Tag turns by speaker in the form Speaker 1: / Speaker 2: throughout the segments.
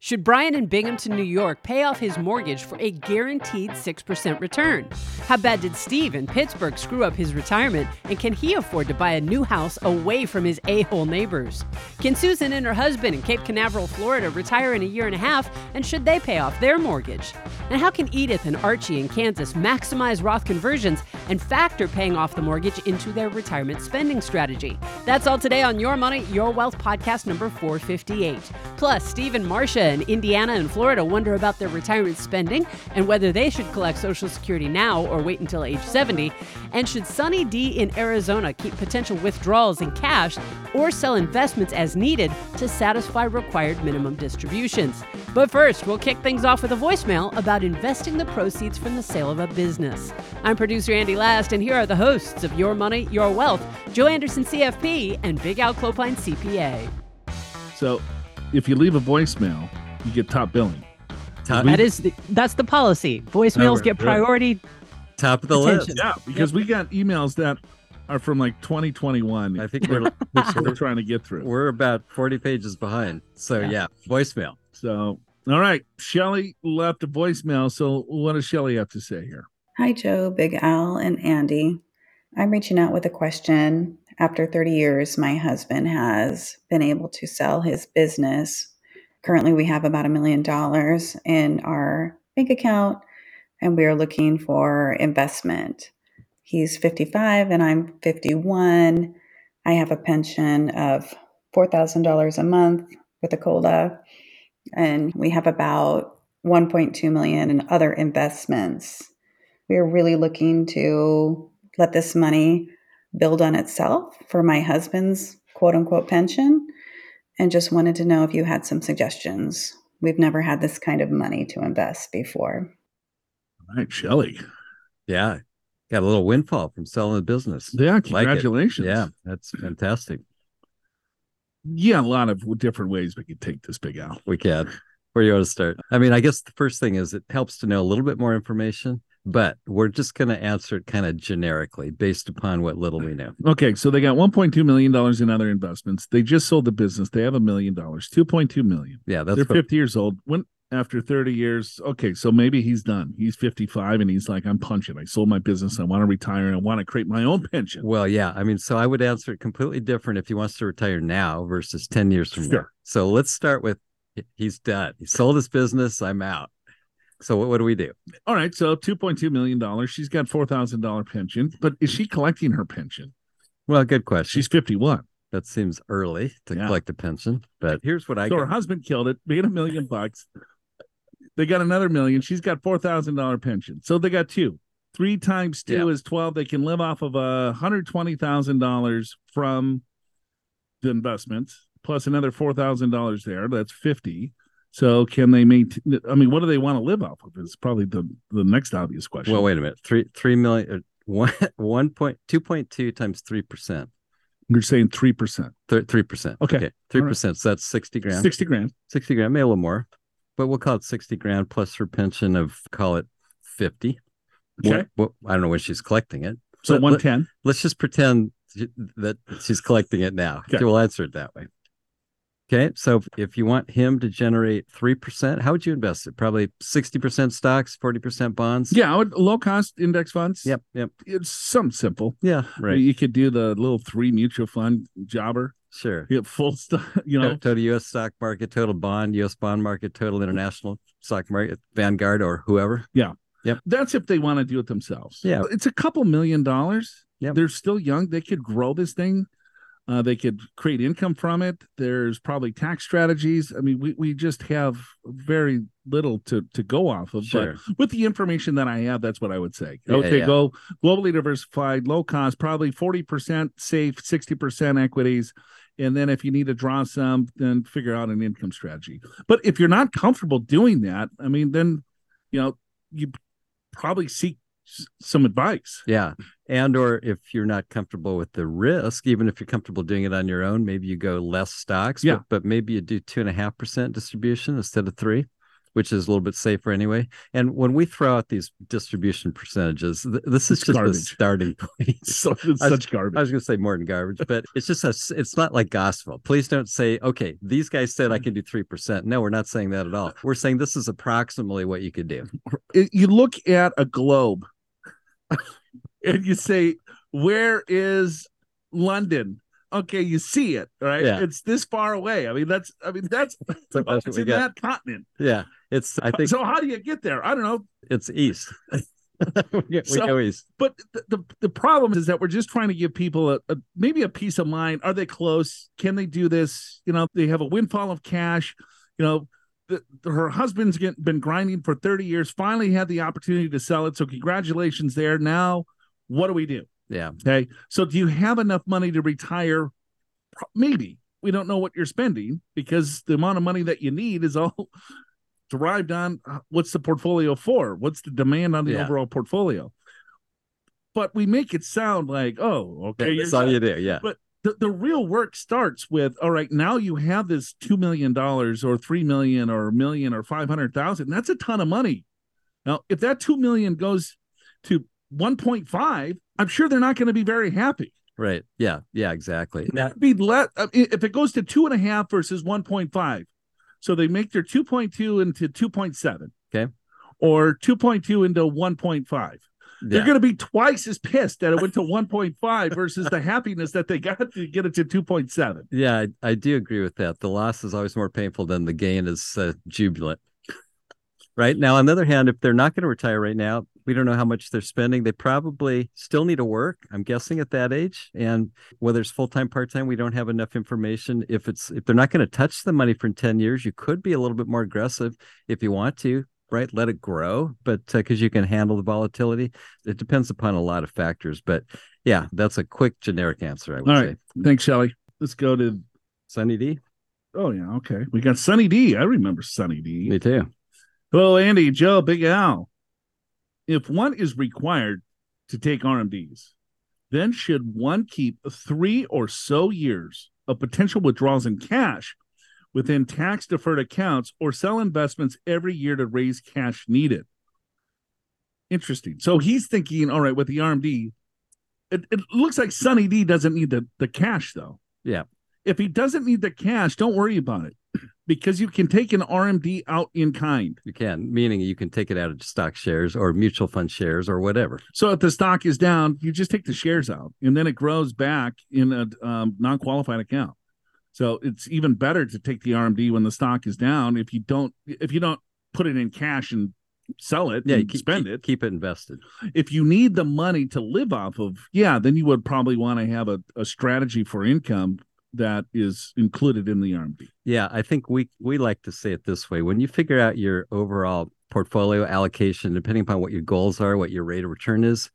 Speaker 1: Should Brian in Binghamton, New York pay off his mortgage for a guaranteed 6% return? How bad did Steve in Pittsburgh screw up his retirement? And can he afford to buy a new house away from his a hole neighbors? Can Susan and her husband in Cape Canaveral, Florida retire in a year and a half? And should they pay off their mortgage? And how can Edith and Archie in Kansas maximize Roth conversions and factor paying off the mortgage into their retirement spending strategy? That's all today on Your Money, Your Wealth podcast number 458. Plus, Steve and Marcia in Indiana and Florida wonder about their retirement spending and whether they should collect Social Security now or wait until age 70. And should Sunny D in Arizona keep potential withdrawals in cash or sell investments as needed to satisfy required minimum distributions? But first, we'll kick things off with a voicemail about investing the proceeds from the sale of a business. I'm producer Andy Last, and here are the hosts of Your Money, Your Wealth, Joe Anderson, CFP, and Big Al Clopine, CPA.
Speaker 2: So if you leave a voicemail, you get top billing.
Speaker 3: Top,
Speaker 1: That is the, that's the policy.
Speaker 3: Now we're
Speaker 1: Voicemails get
Speaker 3: good.
Speaker 1: priority.
Speaker 3: top of the list.
Speaker 1: attention.
Speaker 2: Yeah, because we got emails that are from like 2021.
Speaker 3: I think we're
Speaker 2: we're
Speaker 3: we're,
Speaker 2: trying to get through.
Speaker 3: we're about forty pages behind. So
Speaker 1: Yeah.
Speaker 3: yeah, voicemail.
Speaker 2: So, all right, Shelly left a voicemail. So, what does Shelly have to say here?
Speaker 4: Hi, Joe, Big Al, and Andy. I'm reaching out with a question. After 30 years, my husband has been able to sell his business. Currently, we have about a million dollars in our bank account, and we are looking for investment. He's 55 and I'm 51. I have a pension of $4,000 a month with a COLA, and we have about 1.2 million in other investments we are really looking to let this money build on itself for my husband's quote unquote pension and just wanted to know if you had some suggestions. We've never had this kind of money to invest before.
Speaker 2: All right, Shelly.
Speaker 3: Yeah, got a little windfall from selling the business.
Speaker 2: Yeah, congratulations.
Speaker 3: Yeah, that's fantastic.
Speaker 2: Yeah, a lot of different ways we could take this big out.
Speaker 3: We can. Where you want to start? I mean, I guess the first thing is it helps to know a little bit more information, but we're just going to answer it kind of generically based upon what little we know.
Speaker 2: Okay, so they got 1.2 million dollars in other investments. They just sold the business. They have a million dollars, 2.2 million.
Speaker 3: Yeah, that's
Speaker 2: They're
Speaker 3: what,
Speaker 2: 50 years old. When after 30 years, okay, so maybe he's done. He's 55 and he's like, I'm punching. I sold my business. I want to retire. and I want to create my own pension.
Speaker 3: Well, yeah. I mean, so I would answer it completely different if he wants to retire now versus 10 years from now.
Speaker 2: Sure.
Speaker 3: So let's start with he- he's done. He sold his business. I'm out. So what, what do we do?
Speaker 2: All right, so 2.2 million dollars. She's got $4,000 pension, but is she collecting her pension?
Speaker 3: Well, good question.
Speaker 2: She's 51.
Speaker 3: that seems early to
Speaker 2: Yeah.
Speaker 3: collect a pension, but here's what I
Speaker 2: So her
Speaker 3: got.
Speaker 2: husband killed it, made a million bucks. They got another million. She's got four thousand dollar pension. So they got two. Three times two is twelve. They can live off of a hundred twenty thousand dollars from the investments, plus another four thousand dollars there. That's fifty. So can they maintain? I mean, what do they want to live off of? Is probably the the next obvious question.
Speaker 3: Well, wait a minute. Three, three million, uh, one, one point, 2.2 times 3%.
Speaker 2: You're saying three percent,
Speaker 3: Thir- 3%.
Speaker 2: Okay.
Speaker 3: Three percent. So that's 60 grand.
Speaker 2: sixty grand.
Speaker 3: 60 grand, maybe a little more, but we'll call it 60 grand plus her pension of call it 50.
Speaker 2: Okay,
Speaker 3: What- what- I don't know when she's collecting it.
Speaker 2: so
Speaker 3: let-
Speaker 2: one ten.
Speaker 3: let's just pretend that she's collecting it now.
Speaker 2: Okay.
Speaker 3: We'll answer it that way. Okay. So if- if you want him to generate 3%, how would you invest it? Probably 60% stocks, 40% bonds.
Speaker 2: Yeah, I would- low cost index funds.
Speaker 3: Yep. Yep.
Speaker 2: it's some simple.
Speaker 3: Yeah. Right.
Speaker 2: You could do the little three mutual fund jobber,
Speaker 3: Sure.
Speaker 2: get full stuff, you
Speaker 3: To-
Speaker 2: know.
Speaker 3: Total U.S. stock market, total bond, U.S. bond market, total international stock market, Vanguard or whoever.
Speaker 2: That's if they want to do it themselves.
Speaker 3: Yeah.
Speaker 2: It's a couple million dollars.
Speaker 3: Yep.
Speaker 2: They're still young. They could grow this thing. Uh, they could create income from it. There's probably tax strategies. I mean, we, we just have very little to, to go off of.
Speaker 3: Sure.
Speaker 2: But with the information that I have, that's what I would say. I
Speaker 3: Yeah,
Speaker 2: would say
Speaker 3: yeah.
Speaker 2: go globally diversified, low cost, probably 40% safe, 60% equities. And then if you need to draw some, then figure out an income strategy. But if you're not comfortable doing that, I mean, then, you know, you probably seek s- some advice.
Speaker 3: Yeah. And or if you're not comfortable with the risk, even if you're comfortable doing it on your own, maybe you go less stocks,
Speaker 2: Yeah.
Speaker 3: but, but maybe you do two and a half percent distribution instead of three. which is a little bit safer anyway. And when we throw out these distribution percentages, th- this is
Speaker 2: It's
Speaker 3: just the
Speaker 2: garbage.
Speaker 3: starting point.
Speaker 2: It's so- it's
Speaker 3: I was-
Speaker 2: such garbage.
Speaker 3: I was going to say more than garbage, but it's just a, s- it's not like gospel. Please don't say, okay, these guys said I
Speaker 2: Mm-hmm.
Speaker 3: can do 3%. No, we're not saying that at all. We're saying this is approximately what you could do.
Speaker 2: it, you look at a globe and you say, Where is London? Okay, you see it, right?
Speaker 3: Yeah.
Speaker 2: It's this far away. I mean, that's I mean, that's,
Speaker 3: So that's what
Speaker 2: it's
Speaker 3: we
Speaker 2: in
Speaker 3: got.
Speaker 2: that continent.
Speaker 3: Yeah. It's, I think
Speaker 2: so how do you get there? I don't know.
Speaker 3: it's east. we get- we
Speaker 2: So-
Speaker 3: go east.
Speaker 2: But the, the the problem is that we're just trying to give people a, a maybe a peace of mind. Are they close? Can they do this? You know, they have a windfall of cash. You know, the, her husband's get, been grinding for thirty years. Finally, had the opportunity to sell it. So congratulations there. Now, what do we do?
Speaker 3: Yeah.
Speaker 2: Okay. So do you have enough money to retire? Pro- Maybe. We don't know what you're spending because the amount of money that you need is all derived on uh, what's the portfolio for? What's the demand on the
Speaker 3: Yeah.
Speaker 2: overall portfolio? But we make it sound like, oh, okay.
Speaker 3: That's
Speaker 2: you're-
Speaker 3: all you do. Yeah.
Speaker 2: the, the real work starts with all right now you have this two million dollars or three million or a million or five hundred thousand that's a ton of money now if that two million goes to 1.5 i'm sure they're not going to be very happy
Speaker 3: Right. Yeah. Yeah. Exactly. Now,
Speaker 2: be let if it goes to two and a half versus 1.5 so they make their 2.2 into 2.7
Speaker 3: Okay.
Speaker 2: or 2.2 into 1.5 they're
Speaker 3: yeah.
Speaker 2: going to be twice as pissed that it went to 1.5 versus the happiness that they got to get it to 2.7
Speaker 3: Yeah, I, I do agree with that. The loss is always more painful than the gain is uh, jubilant. Right now, on the other hand, if they're not going to retire right now, we don't know how much they're spending. They probably still need to work. I'm guessing at that age, and whether it's full time, part time, we don't have enough information. If it's if they're not going to touch the money for ten years, you could be a little bit more aggressive if you want to. Right, let it grow, but because you can handle the volatility, it depends upon a lot of factors. But yeah, that's a quick generic answer. I would
Speaker 2: All
Speaker 3: say.
Speaker 2: right. Thanks, Shelly. Let's go to.
Speaker 3: Sunny D,
Speaker 2: Oh yeah, okay. We got Sunny D. I remember Sunny D.
Speaker 3: me too.
Speaker 2: Hello, Andy, Joe, Big Al. If one is required to take RMDs, then should one keep three or so years of potential withdrawals in cash within tax deferred accounts or sell investments every year to raise cash needed? Interesting. So he's thinking, all right, with the RMD, it, it looks like Sunny D doesn't need the, the cash though.
Speaker 3: Yeah.
Speaker 2: If he doesn't need the cash, don't worry about it because you can take an RMD out in kind.
Speaker 3: You can, meaning you can take it out of stock shares or mutual fund shares or whatever.
Speaker 2: So if the stock is down, you just take the shares out, and then it grows back in a um, non-qualified account. So it's even better to take the RMD when the stock is down. If you don't, if you don't put it in cash and sell it,
Speaker 3: Yeah,
Speaker 2: and
Speaker 3: you keep,
Speaker 2: Mm, spend
Speaker 3: keep-
Speaker 2: it.
Speaker 3: Keep it invested.
Speaker 2: If you need the money to live off of, yeah, then you would probably want to have a, a strategy for income that is included in the RMD.
Speaker 3: Yeah, I think we we like to say it this way. When you figure out your overall portfolio allocation, depending upon what your goals are, what your rate of return is,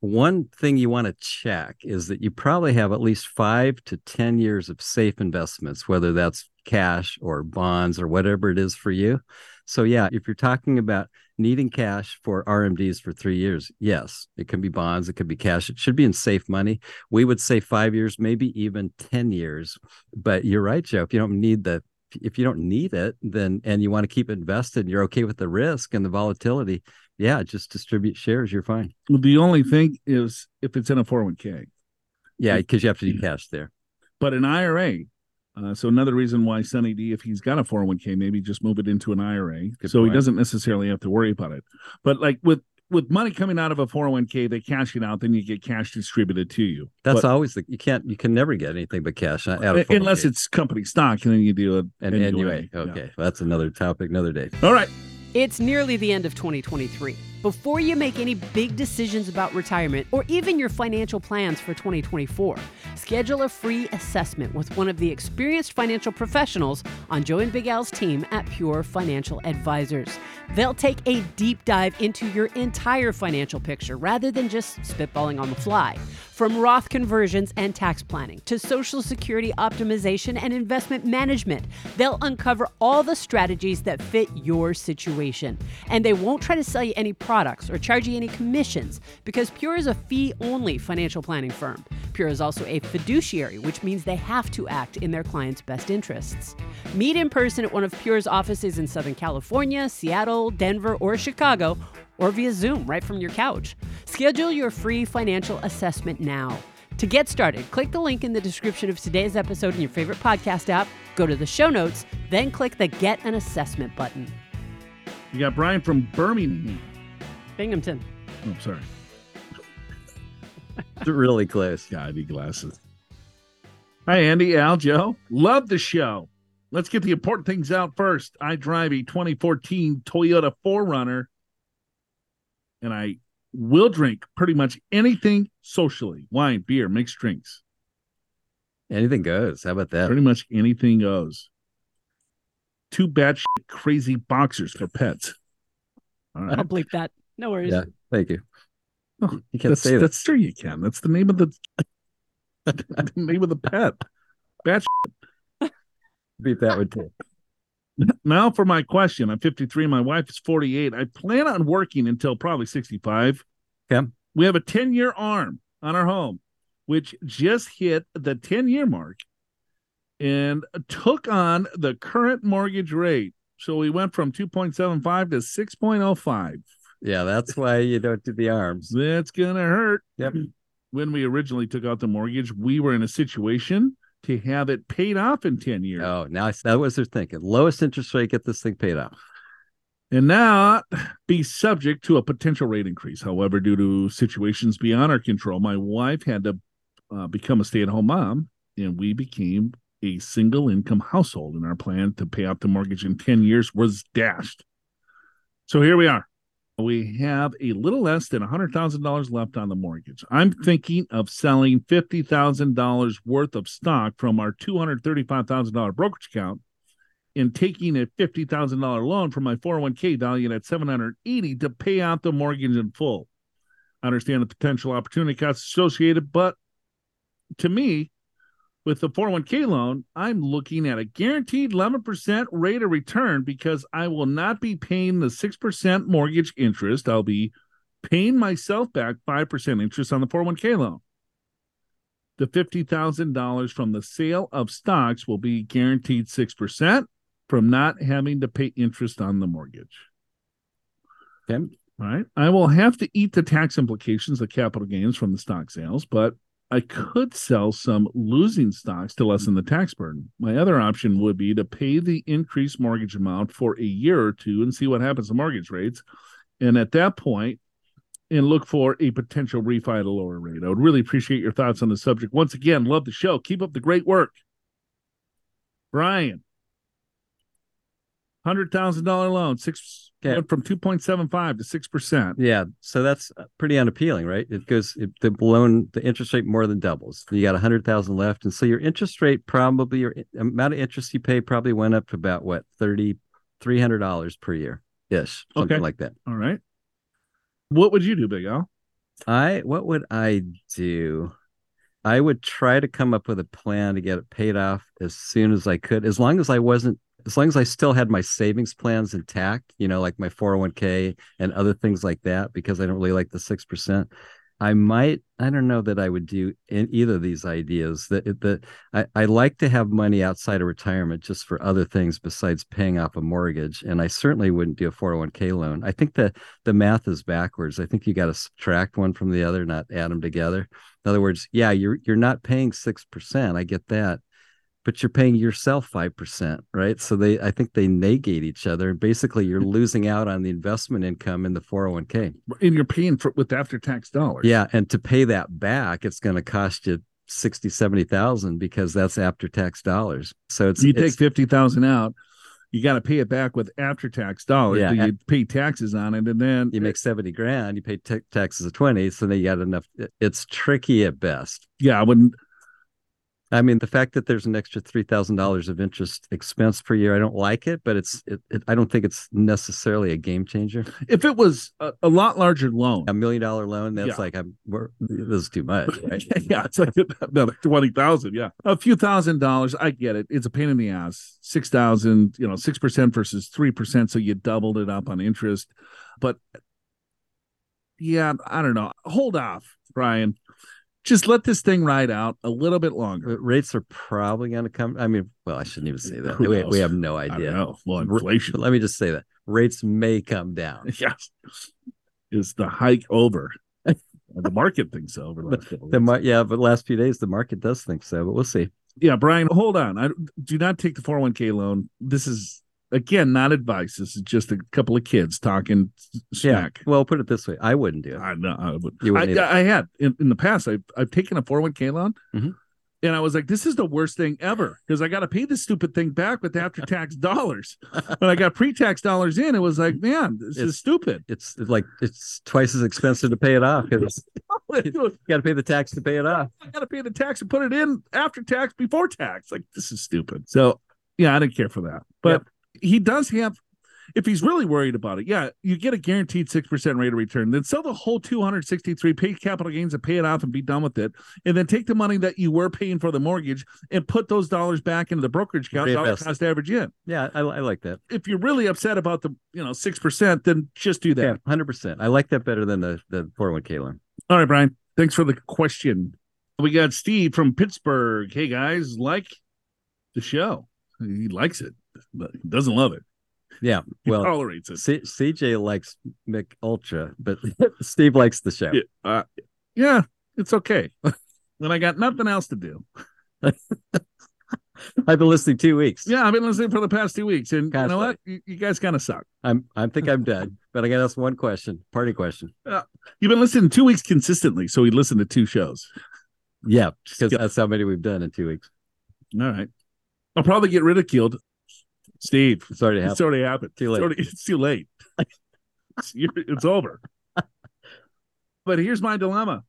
Speaker 3: one thing you want to check is that you probably have at least five to 10 years of safe investments, whether that's cash or bonds or whatever it is for you. So, yeah, if you're talking about needing cash for RMDs for three years, yes, it can be bonds, it could be cash, it should be in safe money. We would say five years, maybe even 10 years. But you're right, Joe, if you don't need the if you don't need it, then and you want to keep it invested, you're okay with the risk and the volatility. Yeah, just distribute shares, you're fine.
Speaker 2: The only thing is if it's in a 401k.
Speaker 3: Yeah,
Speaker 2: Mm.
Speaker 3: because you have to do cash there.
Speaker 2: but an IRA. Uh, so another reason why Sunny D, if he's got a 401k, maybe just move it into an IRA,
Speaker 3: Good
Speaker 2: so
Speaker 3: point.
Speaker 2: he doesn't necessarily have to worry about it. But like with with money coming out of a 401k, they cash it out, then you get cash distributed to you.
Speaker 3: That's
Speaker 2: But-
Speaker 3: always the you can't you can never get anything but cash out of
Speaker 2: unless
Speaker 3: 401k.
Speaker 2: it's company stock, and then you do a,
Speaker 3: an NUA. Okay, well, that's another topic, another day.
Speaker 2: All right.
Speaker 1: It's nearly the end of 2023. Before you make any big decisions about retirement or even your financial plans for 2024, schedule a free assessment with one of the experienced financial professionals on Joe and Big Al's team at Pure Financial Advisors. They'll take a deep dive into your entire financial picture rather than just spitballing on the fly. From Roth conversions and tax planning to Social Security optimization and investment management, they'll uncover all the strategies that fit your situation. And they won't try to sell you any product products or charge you any commissions because Pure is a fee only financial planning firm. Pure is also a fiduciary, which means they have to act in their clients' best interests. Meet in person at one of Pure's offices in Southern California, Seattle, Denver, or Chicago, or via Zoom right from your couch. Schedule your free financial assessment now. To get started, click the link in the description of today's episode in your favorite podcast app, go to the show notes, then click the Get an Assessment button.
Speaker 2: You got Brian from Birmingham.
Speaker 1: Binghamton.
Speaker 2: I'm sorry.
Speaker 3: really close.
Speaker 2: Yeah, I need glasses. Hi, Andy, Al, Joe. Love the show. Let's get the important things out first. I drive a 2014 Toyota 4Runner, and I will drink pretty much anything socially wine, beer, mixed drinks.
Speaker 3: Anything goes. How about that?
Speaker 2: Pretty much anything goes. Two batshit crazy boxers for pets. All
Speaker 1: I'll
Speaker 2: right.
Speaker 1: bleep that. No worries.
Speaker 3: Yeah. Thank you.
Speaker 2: Oh,
Speaker 3: you can't
Speaker 2: That's,
Speaker 3: say that.
Speaker 2: that's true. You can. That's the name of the, the name of the pet. Batch.
Speaker 3: Beat that one too.
Speaker 2: Now for my question. I'm 53. My wife is 48. I plan on working until probably 65.
Speaker 3: Okay.
Speaker 2: We have a 10 year arm on our home, which just hit the 10 year mark and took on the current mortgage rate. So we went from 2.75 to 6.05.
Speaker 3: Yeah, that's why you don't do the arms.
Speaker 2: That's going to hurt.
Speaker 3: Yep.
Speaker 2: When we originally took out the mortgage, we were in a situation to have it paid off in 10 years.
Speaker 3: Oh, now I- that was their thinking. Lowest interest rate, get this thing paid off.
Speaker 2: and not be subject to a potential rate increase. However, due to situations beyond our control, my wife had to uh, become a stay at home mom, and we became a single income household. And our plan to pay off the mortgage in 10 years was dashed. So here we are. We have a little less than $100,000 left on the mortgage. I'm thinking of selling $50,000 worth of stock from our $235,000 brokerage account in taking a fifty thousand dollar loan from my 401k valued at 780 to pay out the mortgage in full. I understand the potential opportunity costs associated, but to me, with the 401k loan, I'm looking at a guaranteed 11% rate of return because I will not be paying the 6% mortgage interest. I'll be paying myself back 5% interest on the 401k loan. The $50,000 from the sale of stocks will be guaranteed 6% from not having to pay interest on the mortgage.
Speaker 3: Okay.
Speaker 2: All right. I will have to eat the tax implications, the capital gains from the stock sales, but I could sell some losing stocks to lessen the tax burden. My other option would be to pay the increased mortgage amount for a year or two and see what happens to mortgage rates. And at that point, and look for a potential refi at a lower rate. I would really appreciate your thoughts on the subject. Once again, love the show. Keep up the great work. Brian, $100,000 loan, six
Speaker 3: Okay.
Speaker 2: went from 2.75 to 6%.
Speaker 3: Yeah, so that's uh, pretty unappealing, right? It goes it, the loan, the interest rate more than doubles. You got a hundred thousand left, and so your interest rate probably your i- amount of interest you pay probably went up to about what thirty three hundred dollars per year ish, something
Speaker 2: Okay.
Speaker 3: like that.
Speaker 2: All right. What would you do, Big Al?
Speaker 3: I what would I do? I would try to come up with a plan to get it paid off as soon as I could, as long as I wasn't, as long as I still had my savings plans intact, you know, like my 401k and other things like that, because I don't really like the 6%. I might, I don't know that I would do in either of these ideas that, that I, I like to have money outside of retirement just for other things besides paying off a mortgage. And I certainly wouldn't do a 401k loan. I think that the math is backwards. I think you got to subtract one from the other, not add them together. In other words, yeah, you're you're not paying six percent. I get that, but you're paying yourself five percent, right? So they, I think they negate each other, and basically you're losing out on the investment income in the four hundred one k.
Speaker 2: And you're paying for with after tax dollars.
Speaker 3: Yeah, and to pay that back, it's going to cost you sixty seventy thousand because that's after tax dollars. So it's
Speaker 2: You
Speaker 3: it's-
Speaker 2: take 50000 out, you got to pay it back with after tax dollars.
Speaker 3: Yeah,
Speaker 2: So
Speaker 3: a-
Speaker 2: you pay taxes on it. And then
Speaker 3: you make 70 grand you pay ta- taxes of 20 so then you got enough it- it's tricky at best
Speaker 2: yeah, I wouldn't.
Speaker 3: I mean, the fact that there's an extra three thousand dollars of interest expense per year, I don't like it, but it's it, it, I don't think it's necessarily a game changer.
Speaker 2: If it was a, a lot larger loan,
Speaker 3: A million dollar loan, that's
Speaker 2: Yeah.
Speaker 3: like I'm we're, this is too much. Right?
Speaker 2: yeah, it's like another twenty thousand. Yeah, a few thousand dollars. I get it. It's a pain in the ass. Six thousand, you know, six percent versus three percent. So you doubled it up on interest. But yeah, I don't know. Hold off, Brian. Just let this thing ride out a little bit longer.
Speaker 3: Uh, Rates are probably going to come. I mean, well, I shouldn't even say that.
Speaker 2: Who
Speaker 3: We,
Speaker 2: knows?
Speaker 3: we have no
Speaker 2: I don't
Speaker 3: idea.
Speaker 2: know. Well,
Speaker 3: Re-
Speaker 2: inflation.
Speaker 3: But let me just say that rates may come down.
Speaker 2: yes. Is the hike over? the market thinks so. Over the last couple
Speaker 3: The
Speaker 2: weeks.
Speaker 3: mar- yeah, but last few days the market does think so, but we'll see.
Speaker 2: yeah, Brian, hold on. I do not take the 401k loan. This is again not advice. This is just a couple of kids talking s- smack.
Speaker 3: Yeah. Well, put it this way, I wouldn't do it.
Speaker 2: I know. I, would,
Speaker 3: You
Speaker 2: I,
Speaker 3: wouldn't either.
Speaker 2: I had in, in the past. I've I've taken a 401k loan,
Speaker 3: Mhm.
Speaker 2: and I was like, "This is the worst thing ever," because I got to pay this stupid thing back with after tax dollars. when I got pre tax dollars in, it was like, "Man, this is
Speaker 3: It's-
Speaker 2: stupid."
Speaker 3: It's like it's twice as expensive to pay it off because
Speaker 2: I got
Speaker 3: you got to pay the tax to pay it off.
Speaker 2: to pay the tax and put it in after tax, before tax. Like this is stupid. So yeah, I didn't care for that. But he does have. If he's really worried about it, yeah, you get a guaranteed six percent rate of return. Then sell the whole two hundred sixty-three, pay capital gains, and pay it off, and be done with it. and then take the money that you were paying for the mortgage and put those dollars back into the brokerage account, dollar
Speaker 3: Reinvest.
Speaker 2: cost average in.
Speaker 3: Yeah, I, I like that.
Speaker 2: If you're really upset about the you know six percent, then just do that.
Speaker 3: Yeah, hundred percent. I like that better than the the four hundred one k loan.
Speaker 2: All right, Brian. Thanks for the question. We got Steve from Pittsburgh. Hey guys, like the show. He likes it, but he doesn't love it.
Speaker 3: Yeah.
Speaker 2: He
Speaker 3: Well,
Speaker 2: tolerates it.
Speaker 3: C- CJ likes Mick Ultra, but Steve likes the show.
Speaker 2: Yeah, uh, yeah, it's okay. When I got nothing else to do.
Speaker 3: I've been listening two weeks.
Speaker 2: Yeah, I've been listening for the past two weeks, and you know
Speaker 3: Constantly.
Speaker 2: what? You, you guys kind of suck.
Speaker 3: I'm I think I'm done, but I got to ask one question, party question.
Speaker 2: You've been listening two weeks consistently, so he listened to two shows.
Speaker 3: Yeah, because
Speaker 2: Yeah.
Speaker 3: that's how many we've done in two weeks.
Speaker 2: All right. I'll probably get ridiculed. Steve,
Speaker 3: It's already happened.
Speaker 2: it's already happened.
Speaker 3: Too late.
Speaker 2: It's, already- it's too late. it's, you're- it's over. But here's my dilemma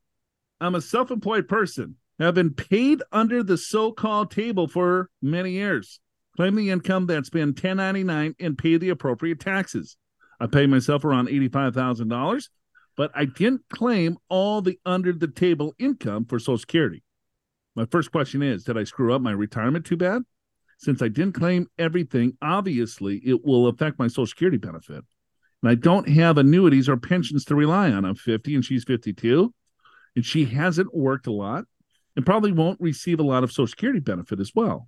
Speaker 2: I'm a self employed person, have been paid under the so called table for many years. Claim the income that's been 1099 and pay the appropriate taxes. I pay myself around $85,000, but I didn't claim all the under the table income for Social Security. My first question is Did I screw up my retirement too bad? Since I didn't claim everything, obviously it will affect my Social Security benefit. And I don't have annuities or pensions to rely on. I'm 50 and she's 52, and she hasn't worked a lot and probably won't receive a lot of Social Security benefit as well.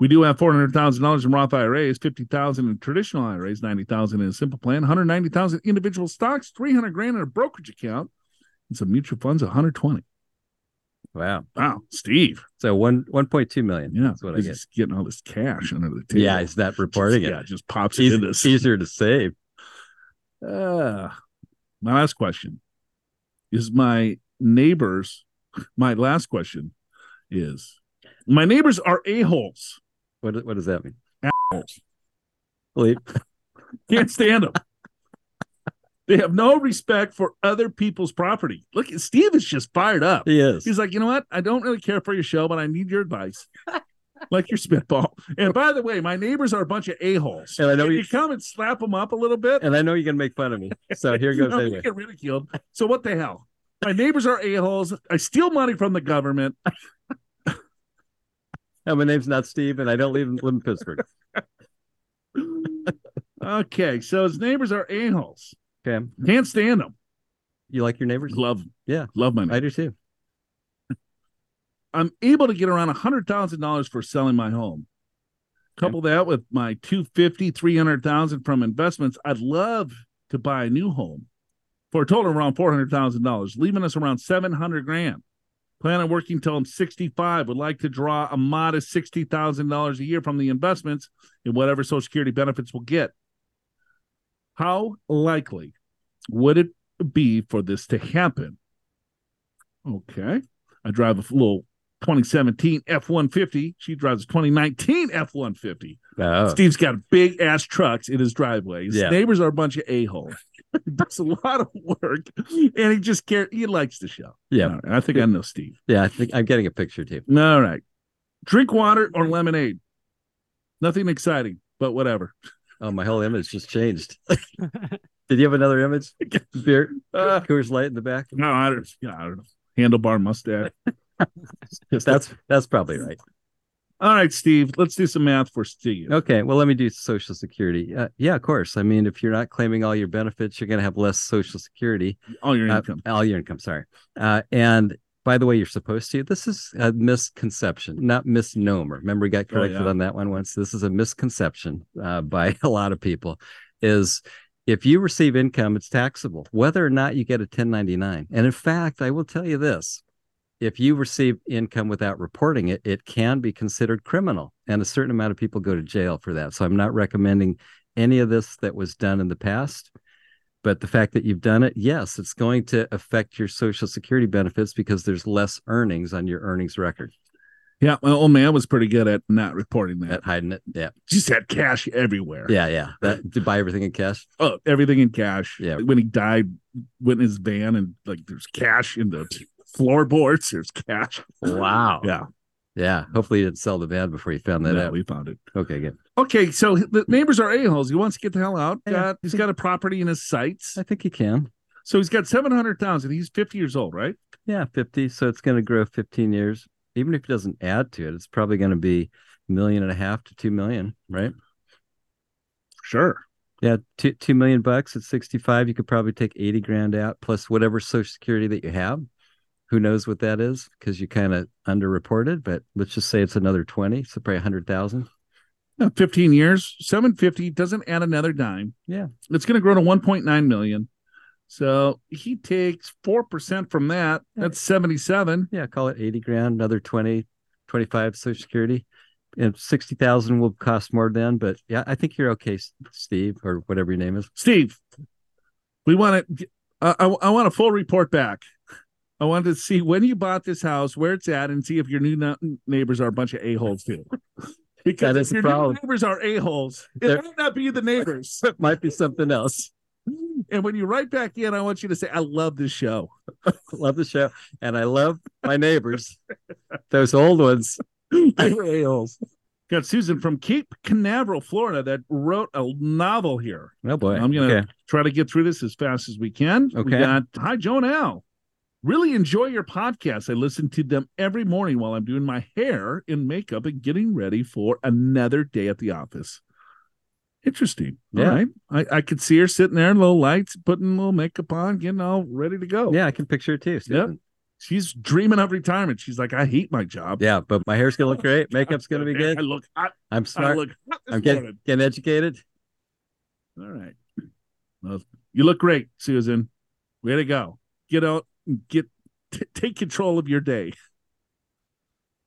Speaker 2: We do have $400,000 in Roth IRAs, 50,000 in traditional IRAs, 90,000 in a simple plan, 190,000 individual stocks, 300 grand in a brokerage account, and some mutual funds, 120.
Speaker 3: Wow.
Speaker 2: Wow, Steve.
Speaker 3: So one one point two million.
Speaker 2: Yeah,
Speaker 3: that's what I
Speaker 2: he's
Speaker 3: get.
Speaker 2: just getting all this cash under the table.
Speaker 3: Yeah, he's not reporting
Speaker 2: just, Yeah,
Speaker 3: it.
Speaker 2: just pops it
Speaker 3: Eas-
Speaker 2: into. this.
Speaker 3: easier to save.
Speaker 2: Uh, my last question is my neighbors. My last question is my neighbors are a holes.
Speaker 3: What what does that mean?
Speaker 2: Assholes.
Speaker 3: Believe
Speaker 2: Can't stand them. they have no respect for other people's property. Look, Steve is just fired up.
Speaker 3: he is.
Speaker 2: He's like, you know what? I don't really care for your show, but I need your advice. like your spitball. And by the way, my neighbors are a bunch of a-holes.
Speaker 3: And I know
Speaker 2: Can
Speaker 3: you-
Speaker 2: you come and slap them up a little bit.
Speaker 3: and I know you're gonna make fun of me. So here goes
Speaker 2: you know, we
Speaker 3: anyway.
Speaker 2: get ridiculed. So what the hell? My neighbors are a-holes. I steal money from the government.
Speaker 3: No, my name's not Steve, and I don't live in, live in Pittsburgh.
Speaker 2: Okay, so his neighbors are a-holes.
Speaker 3: Okay,
Speaker 2: Can't stand them.
Speaker 3: you like your neighbors?
Speaker 2: Love 'em.
Speaker 3: Yeah.
Speaker 2: Love my
Speaker 3: I
Speaker 2: neighbors.
Speaker 3: do too.
Speaker 2: I'm able to get around $100,000 for selling my home. Couple that with my 250, 300,000 from investments. I'd love to buy a new home for a total of around $400,000, leaving us around 700 grand. Plan on working till I'm 65. Would like to draw a modest $60,000 a year from the investments and whatever Social Security benefits we'll get. How likely would it be for this to happen? Okay. I drive a little 2017 F 150. She drives a 2019 F 150.
Speaker 3: Oh,
Speaker 2: Steve's got big ass trucks in his driveway. His
Speaker 3: Yeah.
Speaker 2: neighbors are a bunch of a-holes. he does a lot of work and he just cares. He likes the show.
Speaker 3: yeah,
Speaker 2: All right, I think I know Steve.
Speaker 3: yeah. I think I'm getting a picture too.
Speaker 2: All right. Drink water or lemonade. Nothing exciting, but whatever.
Speaker 3: Oh, my whole image just changed. Did you have another image? Beer,
Speaker 2: Uh,
Speaker 3: Coors Light in the back.
Speaker 2: no, I don't, yeah, I don't know. Handlebar mustache.
Speaker 3: That's that's probably right.
Speaker 2: All right, Steve, let's do some math for Steve.
Speaker 3: Okay, well, let me do Social Security. Uh, yeah, of course. I mean, if you're not claiming all your benefits, you're going to have less Social Security,
Speaker 2: All your
Speaker 3: uh,
Speaker 2: income.
Speaker 3: all your income. Sorry. Uh, and by the way, you're supposed to. This is a misconception, not misnomer. Remember, we got
Speaker 2: Oh,
Speaker 3: corrected
Speaker 2: yeah.
Speaker 3: on that one once. This is a misconception uh, by a lot of people. Is if you receive income, it's taxable, whether or not you get a 1099. And in fact, I will tell you this: if you receive income without reporting it, it can be considered criminal, and a certain amount of people go to jail for that. So I'm not recommending any of this that was done in the past. But the fact that you've done it, yes, it's going to affect your Social Security benefits because there's less earnings on your earnings record
Speaker 2: yeah, my old man was pretty good at not reporting that.
Speaker 3: at hiding it. Yeah,
Speaker 2: Just had cash everywhere.
Speaker 3: yeah, yeah. That to buy everything in cash.
Speaker 2: Oh, everything in cash.
Speaker 3: Yeah.
Speaker 2: When he died, went in his van and like there's cash in the floorboards. There's cash.
Speaker 3: Wow.
Speaker 2: Yeah.
Speaker 3: Yeah. Hopefully, you didn't sell the van before you found that
Speaker 2: No,
Speaker 3: out.
Speaker 2: we found it.
Speaker 3: okay, good.
Speaker 2: Okay, so the neighbors are a-holes. He wants to get the hell out.
Speaker 3: Yeah.
Speaker 2: Got- he's got a property in his sights.
Speaker 3: I think you can.
Speaker 2: So he's got 700,000. He's 50 years old, right?
Speaker 3: Yeah, 50. So it's going to grow 15 years. Even if it doesn't add to it, it's probably going to be million and a half to 2 million, right?
Speaker 2: Sure.
Speaker 3: Yeah, two, 2 million bucks at 65, you could probably take 80 grand out plus whatever social security that you have. Who knows what that is because you kind of underreported, but let's just say it's another 20, so probably 100,000.
Speaker 2: Yeah, 15 years, 750 doesn't add another dime.
Speaker 3: Yeah.
Speaker 2: It's going to grow to 1.9 million. So he takes 4% from that. That's 77.
Speaker 3: Yeah, call it 80 grand, another 20, 25 social security. And 60,000 will cost more then, but yeah, I think you're okay, S- Steve, or whatever your name is.
Speaker 2: Steve, we want to, uh, I, I want a full report back. I wanted to see when you bought this house, where it's at, and see if your new no- neighbors are a bunch of a-holes too. Because
Speaker 3: That
Speaker 2: if
Speaker 3: is the
Speaker 2: your
Speaker 3: problem.
Speaker 2: new neighbors are a-holes, it
Speaker 3: They're-
Speaker 2: might not be the neighbors.
Speaker 3: Might be something else.
Speaker 2: and when you write back in, I want you to say, I love this show.
Speaker 3: love the show, and I love my neighbors. Those old ones, they were a-holes.
Speaker 2: Got Susan from Cape Canaveral, Florida, that wrote a novel here.
Speaker 3: Oh boy,
Speaker 2: I'm gonna-
Speaker 3: Okay.
Speaker 2: Try to get through this as fast as we can. We
Speaker 3: Okay.
Speaker 2: got, Hi, Joe and Al. Really enjoy your podcast. I listen to them every morning while I'm doing my hair and makeup and getting ready for another day at the office. Interesting.
Speaker 3: Yeah.
Speaker 2: All right. I, I could see her sitting there, low lights, putting a little makeup on, getting all ready to go.
Speaker 3: Yeah, I can picture it too. Susan.
Speaker 2: She's dreaming of retirement. She's like, I hate my job.
Speaker 3: Yeah, but my hair's gonna look great. Makeup's gonna be
Speaker 2: I
Speaker 3: good.
Speaker 2: look hot.
Speaker 3: I'm
Speaker 2: I
Speaker 3: smart.
Speaker 2: look hot this
Speaker 3: I'm getting
Speaker 2: morning.
Speaker 3: getting educated.
Speaker 2: All right. Well, you look great, Susan. Way to go. Get out and get t- take control of your day.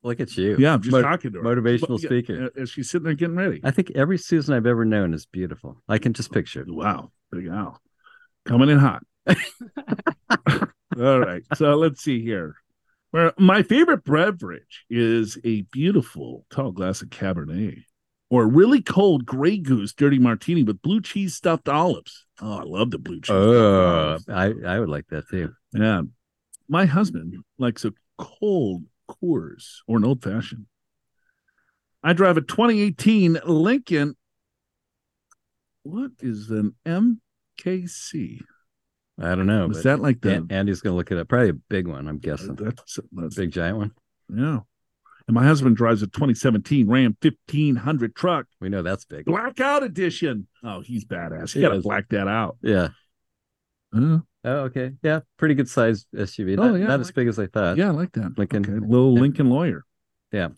Speaker 3: Look at you.
Speaker 2: Yeah, I'm just
Speaker 3: Mo-
Speaker 2: talking to her.
Speaker 3: motivational
Speaker 2: But, yeah,
Speaker 3: speaker.
Speaker 2: uh, As she's sitting there getting ready.
Speaker 3: I think every Susan I've ever known is beautiful. I can just picture. it.
Speaker 2: Wow. Big Al. Coming in hot. All right. So let's see here. Where my favorite beverage is a beautiful tall glass of Cabernet or a really cold Grey Goose dirty martini with blue cheese stuffed olives. Oh, I love the blue cheese. stuffed
Speaker 3: Oh,
Speaker 2: olives.
Speaker 3: I I would like that too.
Speaker 2: Yeah. My husband likes a cold Coors or an old fashioned. I drive a 2018 Lincoln. What is an MKC?
Speaker 3: I don't know.
Speaker 2: Is
Speaker 3: Oh, but
Speaker 2: that like the
Speaker 3: An- Andy's gonna look it up. Probably a big one. I'm guessing.
Speaker 2: that's, that's
Speaker 3: Big giant one.
Speaker 2: yeah. And my husband drives a 2017 Ram 1500 truck,
Speaker 3: We know that's big.
Speaker 2: blackout edition. Oh, he's badass. You
Speaker 3: He
Speaker 2: gotta
Speaker 3: is.
Speaker 2: black that out.
Speaker 3: Yeah.
Speaker 2: Huh?
Speaker 3: Oh, okay. Yeah, pretty good sized SUV.
Speaker 2: Oh,
Speaker 3: Not,
Speaker 2: yeah,
Speaker 3: not
Speaker 2: I
Speaker 3: as
Speaker 2: like
Speaker 3: big as I thought.
Speaker 2: yeah, I like that.
Speaker 3: Lincoln.
Speaker 2: Okay, little
Speaker 3: Yeah.
Speaker 2: Lincoln lawyer.
Speaker 3: Yeah.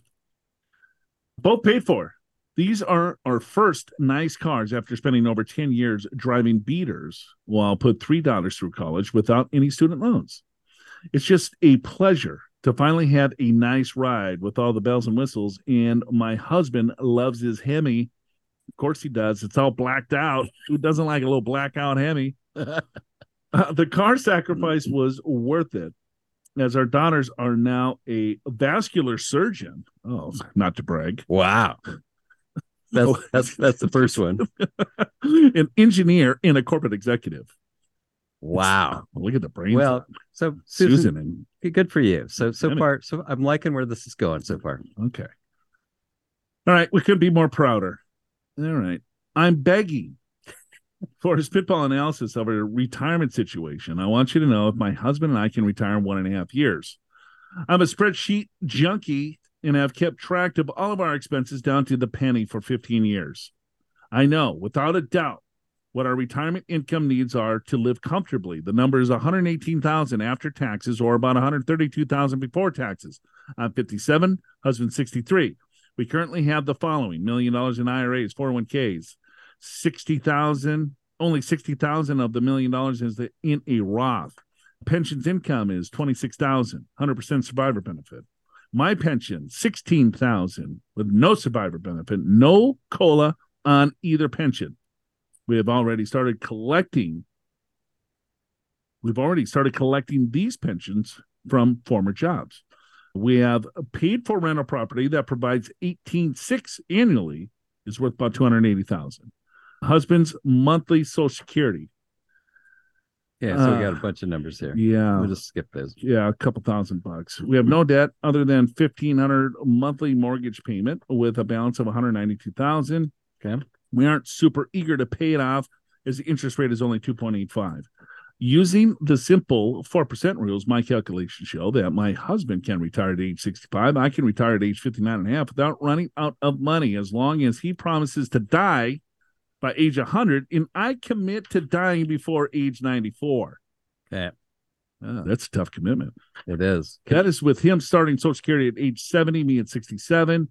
Speaker 2: Both paid for. These are our first nice cars after spending over 10 years driving beaters while put $3 through college without any student loans. It's just a pleasure to finally have a nice ride with all the bells and whistles. And my husband loves his Hemi. Of course he does. It's all blacked out. Who doesn't like a little blackout Hemi? Uh, the car sacrifice was worth it as our daughters are now a vascular surgeon. Oh, not to brag.
Speaker 3: Wow. That's
Speaker 2: Oh.
Speaker 3: that's that's the first one.
Speaker 2: An engineer and a corporate executive.
Speaker 3: Wow.
Speaker 2: Look at the brain.
Speaker 3: Well, so Susan,
Speaker 2: Susan and
Speaker 3: good for you. So so
Speaker 2: Damn it.
Speaker 3: far, so I'm liking where this is going so far.
Speaker 2: Okay. All right. We couldn't be more prouder. All right. I'm begging for a spitball analysis of our retirement situation. I want you to know if my husband and I can retire in one and a half years. I'm a spreadsheet junkie and have kept track of all of our expenses down to the penny for 15 years. I know without a doubt what our retirement income needs are to live comfortably. The number is 118,000 after taxes or about 132,000 before taxes. I'm 57, husband 63. We currently have the following million dollars in IRAs, 401ks, 60,000, only 60,000 of the million dollars is the, in a Roth. Pensions income is 26,000, 100% survivor benefit. My pension, 16,000 with no survivor benefit, no COLA on either pension we have already started collecting we've already started collecting these pensions from former jobs we have paid for rental property that provides 186 annually is worth about 280,000 husband's monthly social security
Speaker 3: Yeah, so we got a bunch of numbers there.
Speaker 2: yeah
Speaker 3: We'll just skip those.
Speaker 2: yeah a couple thousand bucks we have no debt other than 1500 monthly mortgage payment with a balance of 192,000
Speaker 3: Okay.
Speaker 2: we aren't super eager to pay it off as the interest rate is only 2.85 using the simple 4% rules my calculations show that my husband can retire at age 65 i can retire at age 59 and a half without running out of money as long as he promises to die by age 100 and i commit to dying before age 94
Speaker 3: Yeah,
Speaker 2: Ah, that's a tough commitment
Speaker 3: it is.
Speaker 2: that is with him starting Social Security at age 70, me at 67.